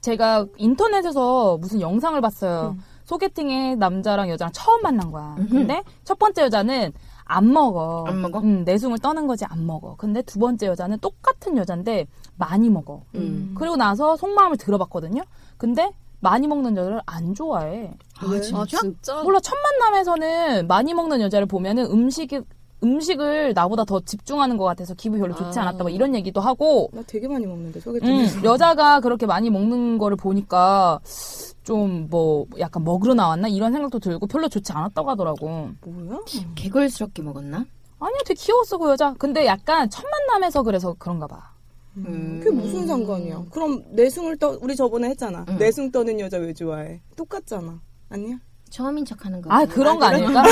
제가 인터넷에서 무슨 영상을 봤어요.
음.
소개팅에 남자랑 여자랑 처음 만난 거야. 근데 첫 번째 여자는 안 먹어.
안 먹어?
음, 내숭을 떠는 거지 안 먹어. 근데 두 번째 여자는 똑같은 여잔데 많이 먹어.
음.
그리고 나서 속마음을 들어봤거든요. 근데 많이 먹는 여자를 안 좋아해.
아 진짜
진짜?
몰라 첫 만남에서는 많이 먹는 여자를 보면은 음식이 음식을 나보다 더 집중하는 것 같아서 기분 별로 좋지
아.
않았다 막 이런 얘기도 하고
나 되게 많이 먹는데
음,
소개팅에서.
여자가 그렇게 많이 먹는 거를 보니까 좀 뭐 약간 먹으러 나왔나 이런 생각도 들고 별로 좋지 않았다고 하더라고.
뭐야?
개걸스럽게 먹었나?
아니야, 되게 귀여웠어, 그 여자. 근데 약간 첫 만남에서 그래서 그런가 봐.
음.
그게 무슨 상관이야? 그럼 내숭을 떠 우리 저번에 했잖아.
응.
내숭 떠는 여자 왜 좋아해? 똑같잖아. 아니야?
처음인 척하는 거.
아, 그런 거 아닐까?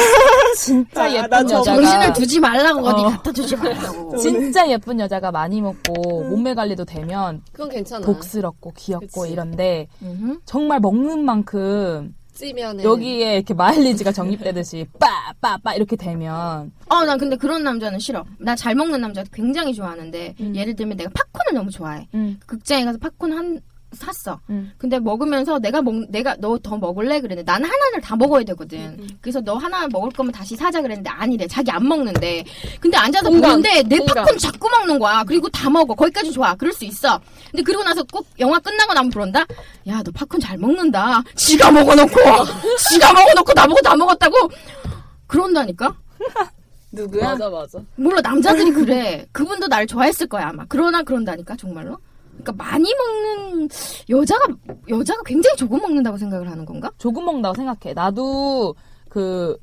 진짜
아,
예쁜
나 저거
여자가.
정신을 두지 말라고 어디
어.
갖다 두지 말라고.
진짜 예쁜 여자가 많이 먹고 몸매 관리도 되면
그건
네.
괜찮아.
복스럽고 귀엽고
네. 그치.
이런데
음흠.
정말 먹는 만큼
네.
찌면은
여기에 이렇게 마일리지가 적립되듯이 빠빠빠 이렇게 되면
어, 난 근데 그런 남자는 싫어. 나 잘 먹는 남자 굉장히 좋아하는데
음.
예를 들면 내가 팝콘을 너무 좋아해.
음.
극장에 가서 팝콘 한 샀어.
음.
근데 먹으면서 내가 먹 내가 너 더 먹을래 그랬는데 나는 하나를 다 먹어야
음,
되거든. 그래서 너 하나 먹을 거면 다시 사자 그랬는데 아니래. 자기 안 먹는데. 근데 앉아서
공감,
보는데 내
공감.
팝콘 자꾸 먹는 거야. 그리고 다 먹어. 거기까지 좋아. 그럴 수 있어. 근데 그러고 나서 꼭 영화 끝나고 나면 그런다. 야 너 팝콘 잘 먹는다. 지가 먹어놓고 지가 먹어놓고 나보고 다 먹었다고 그런다니까.
누구야?
맞아 맞아.
몰라 남자들이 그래. 그분도 날 좋아했을 거야 아마. 그러나 그런다니까 정말로. 그러니까 많이 먹는 여자가 여자가 굉장히 조금 먹는다고 생각을 하는 건가?
조금 먹는다고 생각해. 나도 그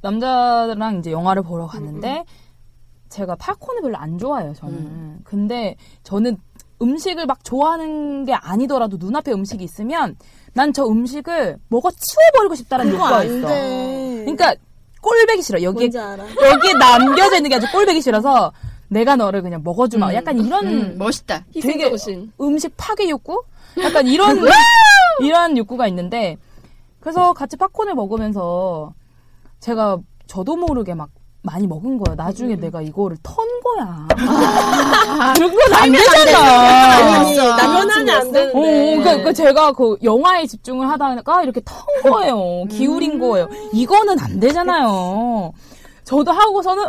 남자랑 이제 영화를 보러
음,
갔는데 제가 팝콘을 별로 안 좋아해요, 저는. 근데 저는 음식을 막 좋아하는 게 아니더라도 눈앞에 음식이 있으면 난 저 음식을 먹어 치워버리고 싶다는
그거
욕구가
안
있어.
돼.
그러니까 꼴배기 싫어. 여기에
뭔지 알아.
여기에 남겨져 있는 게 아주 꼴배기 싫어서 내가 너를 그냥 먹어주마. 약간 이런
음, 멋있다.
되게
정신.
음식 파괴 욕구? 약간 이런 이런 욕구가 있는데 그래서 같이 팝콘을 먹으면서 제가 저도 모르게 막 많이 먹은 거야. 나중에 내가 이거를 턴 거야. 그런 건 안 되잖아.
아니,
변환이 안
남자친구였어?
어,
되는데.
그러니까, 그러니까 제가 그 영화에 집중을 하다가 이렇게 턴 거예요. 기울인 거예요. 이거는 안 되잖아요. 저도 하고서는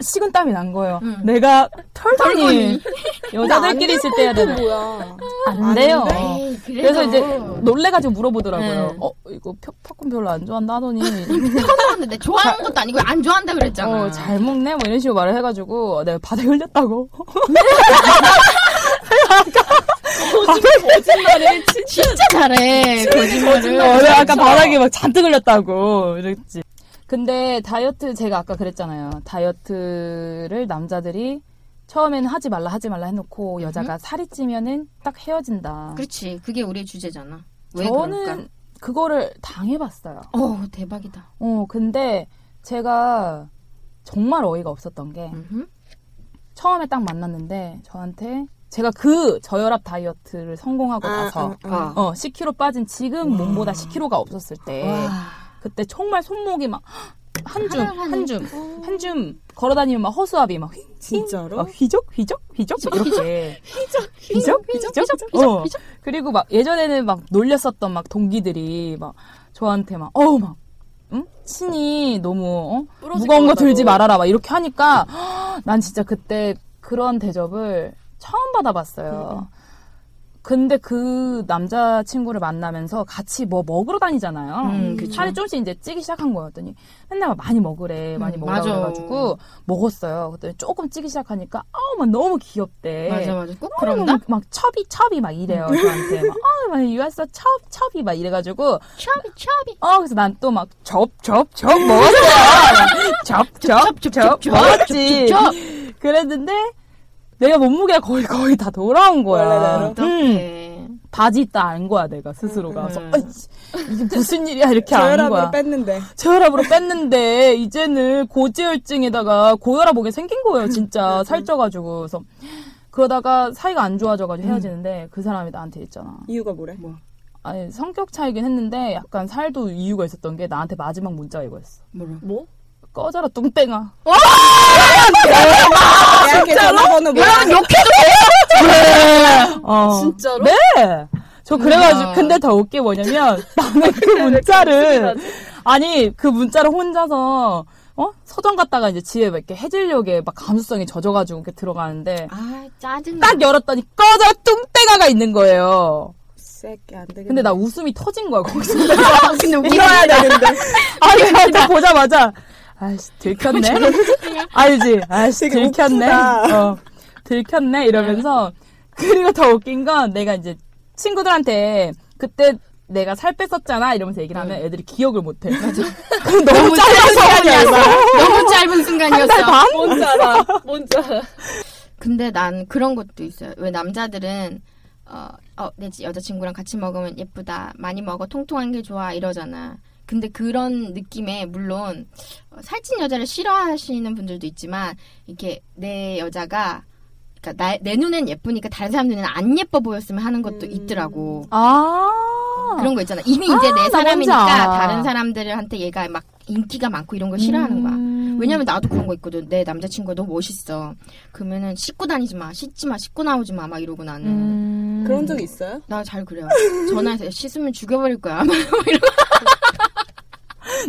식은 땀이 난 거예요. 내가 음. 털더니 여자들끼리 있을 때 해야 되는
뭐야?
안 돼요.
에이,
그래서 이제
어. 그래도
놀래가지고 물어보더라고요.
네.
어 이거 펴- 팝콘 별로 안 좋아한다 하더니
평범한데 좋아하는 것도 아니고 안 좋아한다 그랬잖아.
어, 잘 먹네 뭐 이런 식으로 말을 해가지고 내가 바닥에 흘렸다고. 어,
거짓말을
진짜 잘해 거짓말을.
어, 내가 아까 바닥에 막 잔뜩 흘렸다고 이랬지. 근데 다이어트 제가 아까 그랬잖아요. 다이어트를 남자들이 처음에는 하지 말라 하지 말라 해놓고 여자가 살이 찌면은 딱 헤어진다.
그렇지. 그게 우리의 주제잖아. 왜 그럴까?
저는 그거를 당해봤어요.
어 대박이다.
어, 근데 제가 정말 어이가 없었던 게
음흠.
처음에 딱 만났는데 저한테 제가 그 저혈압 다이어트를 성공하고 나서
아.
어, 10kg 빠진 지금 몸보다 10kg가 없었을 때 그때 정말 손목이 막 한 줌 한 줌 한 줌 걸어다니면 막 허수아비 막 휘-
진짜로?
막 휘적 휘적 휘적 막 이렇게 휘적 휘적 휘적
휘적,
어. 그리고 막 예전에는 막 놀렸었던 막 동기들이 막 저한테 막 어 막 응? 신이 너무 어?
부러질
무거운
것
거
같다고.
들지 말아라 막 이렇게 하니까 헉, 난 진짜 그때 그런 대접을 처음 받아봤어요. 근데 그 남자 친구를 만나면서 같이 뭐 먹으러 다니잖아요.
음, 그쵸.
살이 조금씩 이제 찌기 시작한 거였더니 맨날 막 많이 먹으래, 많이
음,
먹으라
맞아.
그래가지고 먹었어요. 그랬더니 조금 찌기 시작하니까 아우 막 너무 귀엽대.
맞아 맞아. 꼭
어,
그런다.
막, 막 첩이 첩이 막 이래요 저한테 막 어, 막 유아서 첩 첩이 막 이래가지고
첩이 첩이.
어 그래서 난 또 막 첩 첩 첩 먹었어요
첩, 첩,
첩첩첩
첩,
먹었지
첩.
그랬는데 내가 몸무게가 거의 거의 다 돌아온
네,
거야 음,
어떡해.
바지 있다 안 거야 내가 스스로가 그래서
음.
어이씨, 이게 무슨 일이야 이렇게 안 거야
저혈압으로 뺐는데.
저혈압으로 뺐는데 이제는 고지혈증에다가 고혈압 오게 생긴 거예요
음,
진짜 살쪄가지고 그래서 그러다가 사이가 안
음.
좋아져가지고 헤어지는데 그 사람이 나한테 있잖아
이유가 뭐래?
아니 성격 차이긴 했는데 약간 살도 이유가 있었던 게 나한테 마지막 문자 이거였어
뭐라?
뭐?
꺼져라 뚱땡아
야, 걔 아, 전화번호 뭐야?
어.
진짜로?
네! 저 그래가지고
우와.
근데 더 웃게 뭐냐면 나는 그 문자를 아니 그 문자를 혼자서 어 서점 갔다가 이제 집에 막 이렇게 해질녘에 막 감수성이 젖어가지고 이렇게 들어가는데
아 짜증.
딱 열었더니 꺼져 뚱땡아가 있는 거예요.
새끼 안 되겠네.
근데 나 웃음이 터진 거야 거기서.
근데
밀어야 되는데.
아, 아니 나딱 보자마자 아씨 들켰네. 알지? 아씨
되게
들켰네.
웃기다.
어 들켰네 이러면서 그리고 더 웃긴 건 내가 이제 친구들한테 그때 내가 살 뺐었잖아 이러면서 얘기를 하면 애들이 기억을 못해. 맞아.
너무 짧은
시간이었어.
너무 짧은
한달
순간이었어.
반?
뭔지 알아. 뭔지 알아.
근데 난 그런 것도 있어요. 왜 남자들은 어, 어, 내 지- 여자친구랑 같이 먹으면 예쁘다. 많이 먹어. 통통한 게 좋아. 이러잖아. 근데 그런 느낌에 물론 어, 살찐 여자를 싫어하시는 분들도 있지만 이렇게 내 여자가 그러니까 나- 내 눈엔 예쁘니까 다른 사람 눈에는 안 예뻐 보였으면 하는 것도 있더라고.
음. 아
그런 거 있잖아. 이미 이제 내
나
사람이니까
뭔지 알아.
다른 사람들한테 얘가 막 인기가 많고 이런 걸 싫어하는 거야.
음.
왜냐면 나도 그런 거 있거든. 내 남자친구가 너무 멋있어. 그러면은 씻고 다니지 마, 씻지 마, 씻고 나오지 마, 막 이러고 나는.
음.
그런 적 있어요?
나 잘 그래요. 전화해서 씻으면 죽여버릴 거야. 막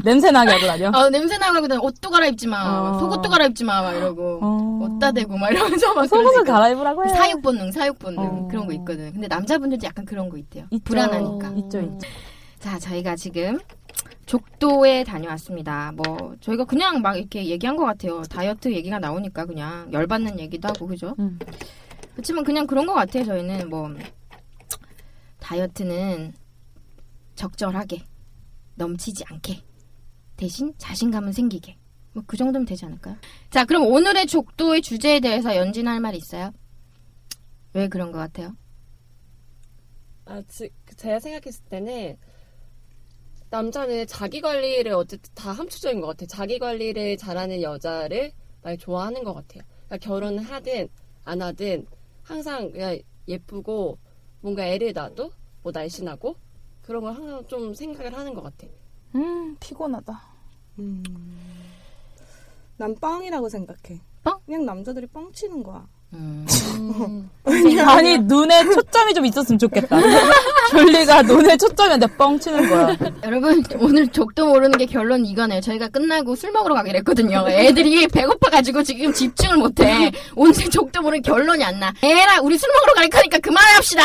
냄새 나게 하고 다녀.
어, 냄새 나고 그다음 옷도 갈아입지 마,
어.
속옷도 갈아입지 마, 막 이러고
어.
옷다 대고 막 이러면서 막
속옷을
그러니까.
갈아입으라고 해.
사육 본능, 사육 본능
어.
그런 거 있거든. 근데 남자분들도 약간 그런 거 있대요.
있죠.
불안하니까.
있죠, 있죠.
자, 저희가 지금 족도에 다녀왔습니다. 뭐 저희가 그냥 막 이렇게 얘기한 것 같아요. 다이어트 얘기가 나오니까 그냥 열받는 얘기도 하고 그죠?
음.
그렇지만 그냥 그런 것 같아요. 저희는 뭐 다이어트는 적절하게 넘치지 않게 대신 자신감은 생기게 뭐 그 정도면 되지 않을까요? 자, 그럼 오늘의 족도의 주제에 대해서 연진할 말 있어요? 왜 그런 것 같아요?
아, 지, 제가 생각했을 때는 남자는 자기 관리를 어쨌든 다 함축적인 것 같아요. 자기 관리를 잘하는 여자를 많이 좋아하는 것 같아요. 그러니까 결혼을 하든 안 하든 항상 그냥 예쁘고 뭔가 애를 놔도 뭐 날씬하고 그런 걸 항상 좀 생각을 하는 것 같아.
음, 피곤하다. 음.
난 뻥이라고 생각해.
뻥?
그냥 남자들이 뻥 치는 거야.
아니, 눈에 초점이 좀 있었으면 좋겠다. 졸리가 눈에 초점이 내 뻥치는 거야.
여러분 오늘 족도 모르는 게 결론 이거네요. 저희가 끝나고 술 먹으러 가기로 했거든요. 애들이 배고파가지고 지금 집중을 못해. 오늘 족도 모르는 결론이 안 나. 에라 우리 술 먹으러 갈 거니까 그만합시다.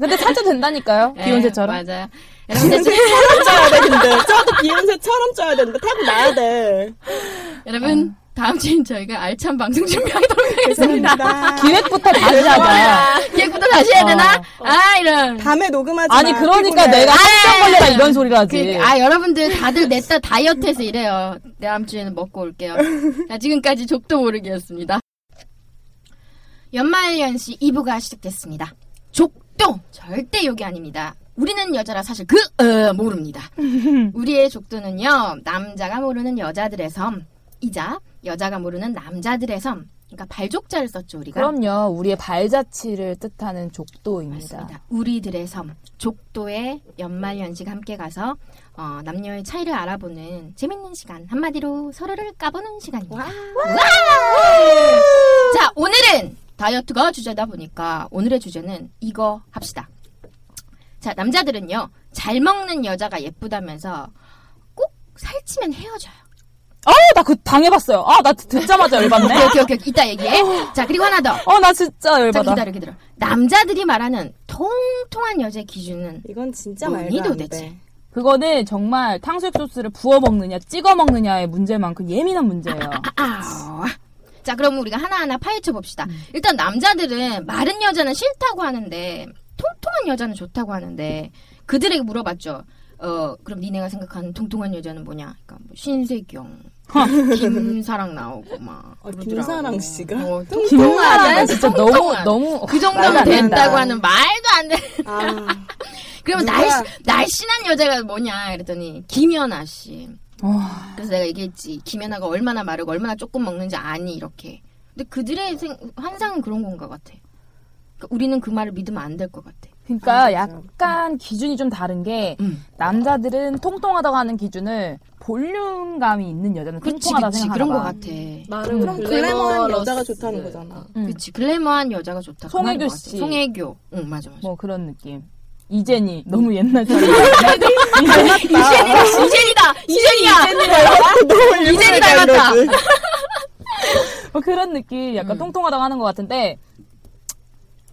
근데 살쪄 된다니까요, 비욘세처럼.
에, 네, 맞아요. 여러분들 지금-
쪄야 돼, 근데. 쪄도 비욘세처럼 쪄야 되는데 타고 나야 돼.
여러분 다음 주엔 저희가 알찬 방송 준비하도록 하겠습니다.
기획부터 다시 하자.
얘부터 다시 해야
어,
되나? 아 이런.
밤에 녹음하지
아니,
마.
그러니까
피곤해.
내가 한병 걸려라 이런 소리를 하지.
그러니까, 아 여러분들 다들 냈다 다이어트해서 이래요. 다음 주에는 먹고 올게요. 자 지금까지 족도 모르기였습니다. 연말연시 2부가 시작됐습니다. 족도 절대 욕이 아닙니다. 우리는 여자라 사실 그 어, 모릅니다. 우리의 족도는요 남자가 모르는 여자들의 섬이자 여자가 모르는 남자들의 섬. 그러니까 발족자를 썼죠 우리가.
그럼요, 우리의 발자취를 뜻하는 족도입니다.
맞습니다. 우리들의 섬 족도의 연말 연식 함께 가서 어, 남녀의 차이를 알아보는 재밌는 시간 한마디로 서로를 까보는 시간입니다. 와우! 자 오늘은 다이어트가 주제다 보니까 오늘의 주제는 이거 합시다. 자 남자들은요 잘 먹는 여자가 예쁘다면서 꼭 살찌면 헤어져요.
어, 나 그 당해봤어요. 아, 나 듣자마자 열받네.
오케이 오케이 오케이 이따 얘기해. 자 그리고 하나 더.
어, 나 진짜
자
열받아.
기다려 기다려. 남자들이 말하는 통통한 여자의 기준은
이건 진짜
뭐니
말도 안
도대체?
돼.
그거는 정말 탕수육 소스를 부어 먹느냐, 찍어 먹느냐의 문제만큼 예민한 문제예요.
아우. 자, 그럼 우리가 하나하나 파헤쳐 봅시다. 일단 남자들은 마른 여자는 싫다고 하는데 통통한 여자는 좋다고 하는데 그들에게 물어봤죠. 어, 그럼 니네가 생각하는 통통한 여자는 뭐냐? 그러니까 뭐 신세경, 김사랑 나오고 막
어,
그러더라고.
김사랑 씨가?
어,
김나는 진짜 너무
통통한.
너무
그
말도
정도면
안 된다.
됐다고 하는 말도 안 돼.
아,
그러면
누가-
날씨, 날씬한 여자가 뭐냐? 그랬더니 김연아 씨.
와,
그래서 내가 얘기했지 김연아가 얼마나 마르고 얼마나 조금 먹는지 아니 이렇게 근데 그들의 생, 환상은 그런 건가 같아 그러니까 우리는 그 말을 믿으면 안 될 것 같아
그러니까 약간 기준이 좀 다른 게
음.
남자들은 통통하다고 하는 기준을 볼륨감이 있는 여자는
그렇지
통통하다고
그렇지
생각하나
그런 것
봐.
같아
나름
그럼 글래머한 여자가 좋다는 거잖아.
음.
그렇지 글래머한 여자가 좋다 그 말인
송혜교
것 같아.
씨.
송혜교 응 맞아 맞아
뭐 그런 느낌. 이jen이 너무 옛날 사람.
이젠이다 이젠이다 이젠이야 이젠이 닮았다
뭐 그런 느낌. 약간
음.
통통하다고 하는 것 같은데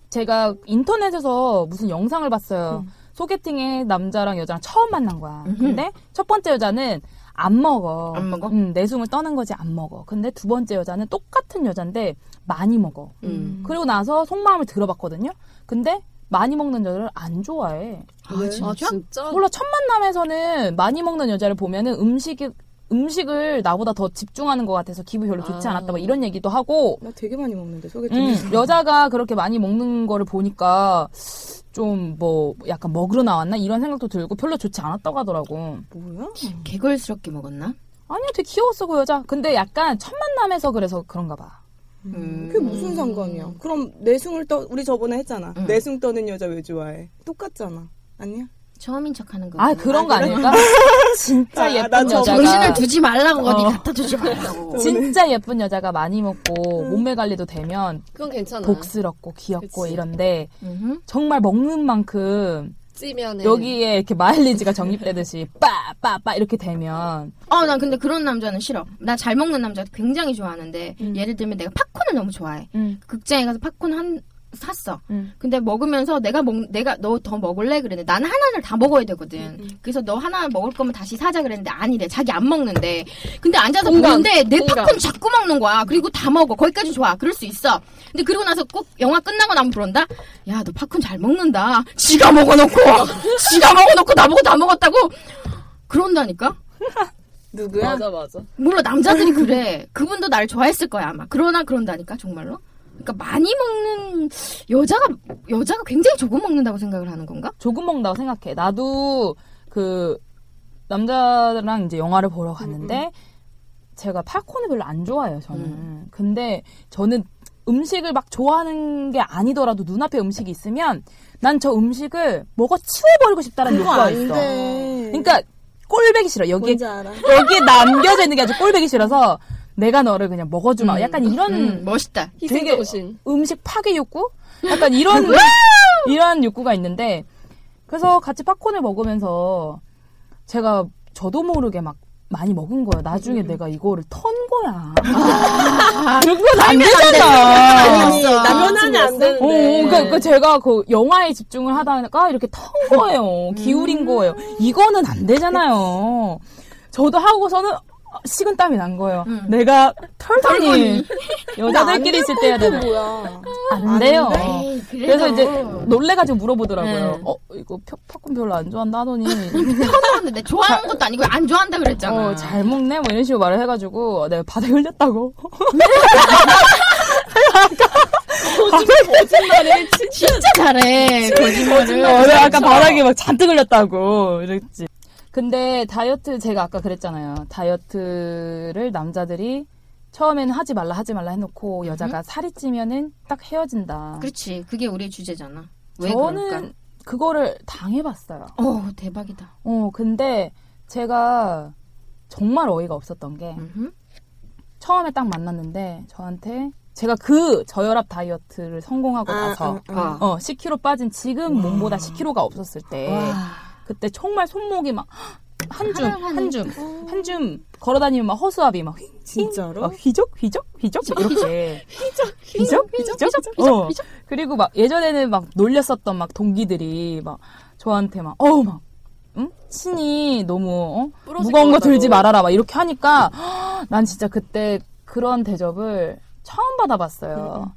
제가 인터넷에서 무슨 영상을 봤어요. 소개팅에 남자랑 여자랑 처음 만난 거야.
음. 음흠.
근데 첫 번째 여자는 안 먹어.
안 먹어?
음, 내숭을 떠는 거지 안 먹어. 근데 두 번째 여자는 똑같은 여잔데 많이 먹어.
음.
그리고 나서 속마음을 들어봤거든요. 근데 많이 먹는 여자를 안 좋아해.
아, 진짜?
몰라 첫 만남에서는 많이 먹는 여자를 보면은 음식이 음식을 나보다 더 집중하는 것 같아서 기분 별로 좋지
아.
않았다 막 이런 얘기도 하고
나 되게 많이
음,
먹는데 소개팅에서
여자가 그렇게 많이 먹는 거를 보니까 좀 뭐 약간 먹으러 나왔나 이런 생각도 들고 별로 좋지 않았다고 하더라고.
뭐야?
음.
개걸스럽게 먹었나?
아니야 되게 귀여웠어 그 여자. 근데 약간 첫 만남에서 그래서 그런가 봐.
음.
그게
뭐.
무슨 상관이야? 그럼 내숭을 떠 우리 저번에 했잖아.
음.
응.
내숭 떠는 여자 왜 좋아해? 똑같잖아. 아니야?
처음인 척하는 거.
아 그런 거 아닐까? 진짜
아, 나
예쁜
저
여자가
정신을 두지 말라고
어.
어디 갖다 주지 말라고.
진짜 예쁜 여자가 많이 먹고 몸매 관리도 되면
그건
음.
괜찮아.
복스럽고 귀엽고
그치.
이런데
음흠.
정말 먹는 만큼
네.
찌면은
여기에 이렇게 마일리지가 적립되듯이 빠빠빠 이렇게 되면
어, 난 근데 그런 남자는 싫어. 나 잘 먹는 남자 굉장히 좋아하는데
음.
예를 들면 내가 팝콘을 너무 좋아해.
음,
극장에 가서 팝콘 한 샀어.
음.
근데 먹으면서 내가 먹 내가 너 더 먹을래 그랬는데 나는 하나를 다 먹어야
음,
되거든. 그래서 너 하나 먹을 거면 다시 사자 그랬는데 아니래. 자기 안 먹는데. 근데 앉아서
공감,
보는데 내
공감.
팝콘 자꾸 먹는 거야. 그리고 다 먹어. 거기까지 좋아. 그럴 수 있어. 근데 그러고 나서 꼭 영화 끝나고 나면 그런다. 야, 너 팝콘 잘 먹는다. 지가 먹어놓고 지가 먹어놓고 나보고 다 먹었다고 그런다니까.
누구야?
맞아 맞아.
물론 남자들이 그래. 그분도 날 좋아했을 거야 아마. 그러나 그런다니까 정말로. 그러니까 많이 먹는 여자가 여자가 굉장히 조금 먹는다고 생각을 하는 건가?
조금 먹는다고 생각해. 나도 그 남자랑 이제 영화를 보러
음,
갔는데 제가 팝콘을 별로 안 좋아해요. 저는. 근데 저는 음식을 막 좋아하는 게 아니더라도 눈앞에 음식이 있으면 난 저 음식을 먹어 치워버리고 싶다는 욕구가 있어. 그러니까 꼴배기 싫어. 여기에
뭔지 알아.
여기에 남겨져 있는 게 아주 꼴배기 싫어서 내가 너를 그냥 먹어주마. 약간 이런
음, 멋있다.
되게
정신.
음식 파괴 욕구? 약간 이런 이런 욕구가 있는데 그래서 같이 팝콘을 먹으면서 제가 저도 모르게 막 많이 먹은 거야. 나중에 내가 이거를 턴 거야. 그거 아. 안
어.
되잖아.
아니, 남편이안
어,
되는데. 네.
그러니까 그 제가 그 영화에 집중을 하다가 이렇게 턴 거예요. 기울인 거예요. 이거는 안 되잖아요. 저도 하고서는 식은 땀이 난 거예요.
음.
내가 털털이 여자들끼리 있을 때 해야 되나?
뭐야?
안 돼요.
에이,
그래서 이제
어. 그래도. 어.
놀래가지고 물어보더라고요.
네.
어 이거 펴- 팝콘 별로 안 좋아한다 하더니
편한데 좋아하는 것도 아니고 안 좋아한다 그랬잖아.
어 잘 먹네 뭐 이런 식으로 말을 해가지고 내가 바닥에 흘렸다고.
거짓말해.
진짜
예,
잘해 거짓말을.
어, 내가 아까 바닥에 막 잔뜩 흘렸다고 이랬지. 근데 다이어트 제가 아까 그랬잖아요. 다이어트를 남자들이 처음에는 하지 말라 하지 말라 해놓고 여자가 살이 찌면은 딱 헤어진다.
그렇지. 그게 우리의 주제잖아. 왜 그럴까?
저는 그거를 당해봤어요.
어 대박이다.
어 근데 제가 정말 어이가 없었던 게
음흠.
처음에 딱 만났는데 저한테 제가 그 저혈압 다이어트를 성공하고 나서
아.
어 10kg 빠진 지금 몸보다 10kg가 없었을 때
와.
그때 정말 손목이 막 한줌
하늘하늘.
한줌 한줌 걸어다니면 막 허수아비 막 휘-
진짜로?
막 휘적 휘적 휘적 이렇게 휘적 휘적 휘적
휘적,
어. 그리고 막 예전에는 막 놀렸었던 막 동기들이 막 저한테 막 어우 막 응? 신이 너무 어?
부러질
무거운
것
거 들지
같다고.
말아라 막 이렇게 하니까 헉, 난 진짜 그때 그런 대접을 처음 받아봤어요.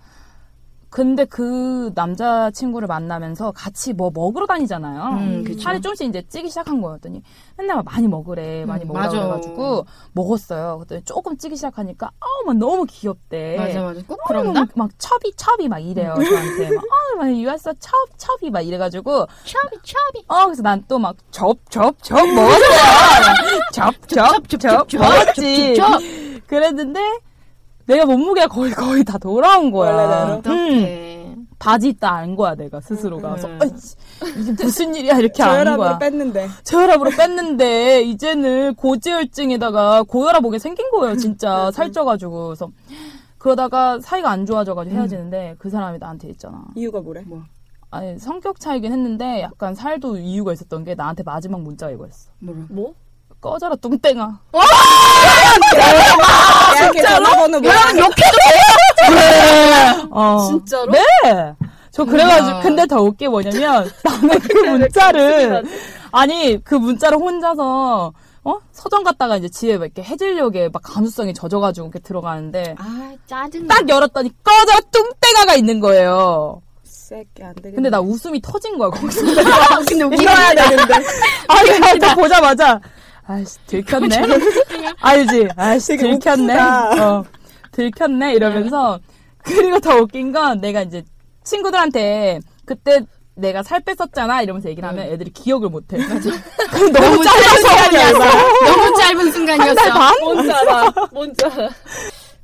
근데 그 남자 친구를 만나면서 같이 뭐 먹으러 다니잖아요.
음, 그쵸.
살이 조금씩 이제 찌기 시작한 거였더니 맨날 막 많이 먹으래, 많이
음,
먹으라
맞아.
그래가지고 먹었어요. 그랬더니 조금 찌기 시작하니까 아우 막 너무 귀엽대.
네. 맞아 음. 맞아. 꼭
어,
그런다.
막, 막 첩이 첩이 막 이래요 저한테 막, 어, 막 유아서 첩 첩이 막 이래가지고
차비 차비.
어 그래서 난 또 막 첩 첩 첩 먹었어요 첩첩첩 먹었지 그랬는데 내가 몸무게가 거의 거의 다 돌아온 거야
원래대로?
음, 바지 있다 안 거야 내가 스스로가 그래서 어이씨, 이게 무슨 일이야 이렇게 안 거야
음. 저혈압으로 뺐는데.
저혈압으로 뺐는데 이제는 고지혈증에다가 고혈압 오게 생긴 거예요
음.
진짜 살쪄가지고 그래서 그러다가 사이가 안
음.
좋아져가지고 헤어지는데 그 사람이 나한테 있잖아
이유가 뭐래?
아니 성격 차이긴 했는데 약간 살도 이유가 있었던 게 나한테 마지막 문자가 이거였어
뭐라?
뭐?
꺼져라 뚱땡아 아,
야, 걔 전화번호 뭐야?
어.
진짜로?
네! 저 그래가지고 근데 더 웃게 뭐냐면 나는 그 문자를 아니 그 문자를 혼자서 어 서점 갔다가 이제 집에 막 이렇게 해질녘에 막 간수성이 젖어가지고 이렇게 들어가는데
아 짜증.
딱 열었더니 꺼져 뚱땡아가 있는 거예요.
새끼 안 되겠네.
근데 나 웃음이 아, 터진 거야 거기서.
근데 울어야 되는데.
아니 나 보자마자 아씨 들켰네. 알지? 아씨
되게
들켰네.
웃기다.
어 들켰네 이러면서 그리고 더 웃긴 건 내가 이제 친구들한테 그때 내가 살 뺐었잖아 이러면서 얘기를 하면 애들이 기억을 못해. 그럼 너무 짧아서
너무 짧은 순간이었어.
뭔지 알아. 뭔지 알아.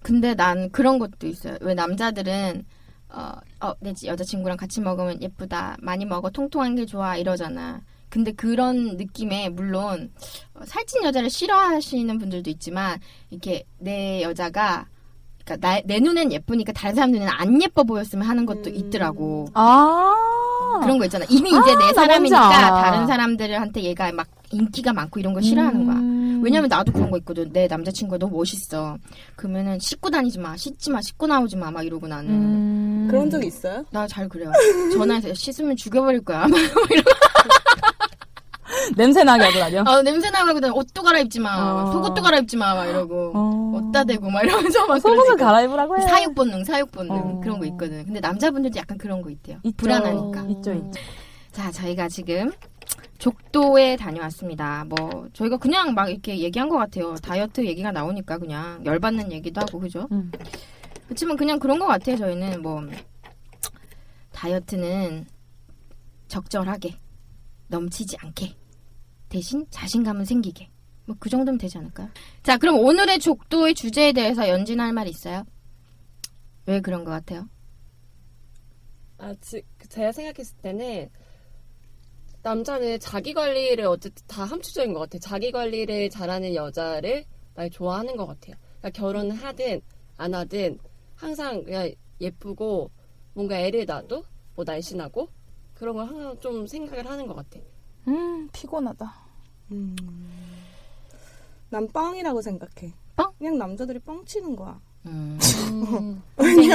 근데 난 그런 것도 있어요. 왜 남자들은 어, 어, 내 지- 여자친구랑 같이 먹으면 예쁘다. 많이 먹어. 통통한 게 좋아. 이러잖아. 근데 그런 느낌에 물론 어, 살찐 여자를 싫어하시는 분들도 있지만 이렇게 내 여자가 그러니까 나- 내 눈엔 예쁘니까 다른 사람 눈에는 안 예뻐 보였으면 하는 것도
음.
있더라고.
아
그런 거 있잖아. 이미 이제 내
나 뭔지
사람이니까
알아.
다른 사람들한테 얘가 막 인기가 많고 이런 거 싫어하는 거야.
음.
왜냐면 나도 그런 거 있거든. 내 남자친구가 너무 멋있어. 그러면은 씻고 다니지 마, 씻지 마, 씻고 나오지 마, 막 이러고 나는.
음.
그런 적 있어요?
나 잘 그래요. 전화해서 씻으면 죽여버릴 거야.
냄새 나게 하고 다녀.
아, 냄새 나고 그다음 옷도 갈아입지 마,
어.
속옷도 갈아입지 마, 막 이러고
어.
옷다 대고 막 이러면서 막
속옷을
그러니까.
아, 갈아입으라고 해.
사육 본능, 사육 본능
어.
그런 거 있거든. 근데 남자분들도 약간 그런 거 있대요.
있죠.
불안하니까.
있죠 있죠.
자, 저희가 지금 족도에 다녀왔습니다. 뭐 저희가 그냥 막 이렇게 얘기한 것 같아요. 다이어트 얘기가 나오니까 그냥 열받는 얘기도 하고 그죠?
음.
그렇지만 그냥 그런 것 같아요. 저희는 뭐 다이어트는 적절하게 넘치지 않게 대신 자신감은 생기게 뭐 그 정도면 되지 않을까요? 자, 그럼 오늘의 족도의 주제에 대해서 연진할 말 있어요? 왜 그런 것 같아요?
아직 제가 생각했을 때는 남자는 자기 관리를 어쨌든 다 함축적인 것 같아요. 자기 관리를 잘하는 여자를 많이 좋아하는 것 같아요. 그러니까 결혼을 하든 안 하든 항상 그냥 예쁘고 뭔가 애를 놔도 뭐 날씬하고 그런 걸 항상 좀 생각을 하는 것 같아요.
음 피곤하다. 음.
난 뻥이라고 생각해.
뻥?
그냥 남자들이 뻥 치는 거야.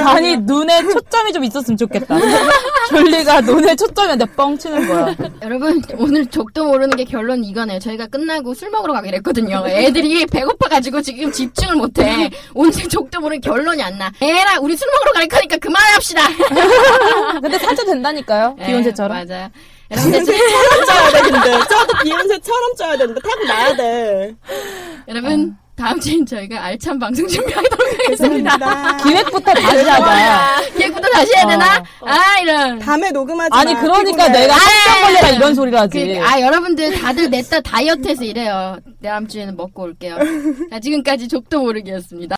아니 눈에 초점이 좀 있었으면 좋겠다. 졸리가 눈에 초점이 내뻥 치는 거야.
여러분 오늘 족도 모르는 게 결론 이거네요. 저희가 끝나고 술 먹으러 가기로 했거든요. 애들이 배고파가지고 지금 집중을 못해. 오늘 족도 모르는 결론이 안 나. 에라 우리 술 먹으러 갈 거니까 그만합시다.
근데 사도 된다니까요.
에, 네,
비욘세처럼.
맞아요. 여러분들 저-
쳐야 돼, 근데. 저도 비욘세처럼 쪄야 되는데 타고 나야 돼.
여러분 다음 주엔 저희가 알찬 방송 준비하도록 하겠습니다.
그러니까.
기획부터 다시 하자.
계획부터 다시 해야 되나? 아 이런.
밤에 녹음하지
아니
마,
그러니까
피곤해.
내가 한장 걸려라 이런 소리를 하지.
그, 아 여러분들 다들 냈다 다이어트해서 이래요. 다음 주에는 먹고 올게요. 자, 지금까지 족도 모르기였습니다.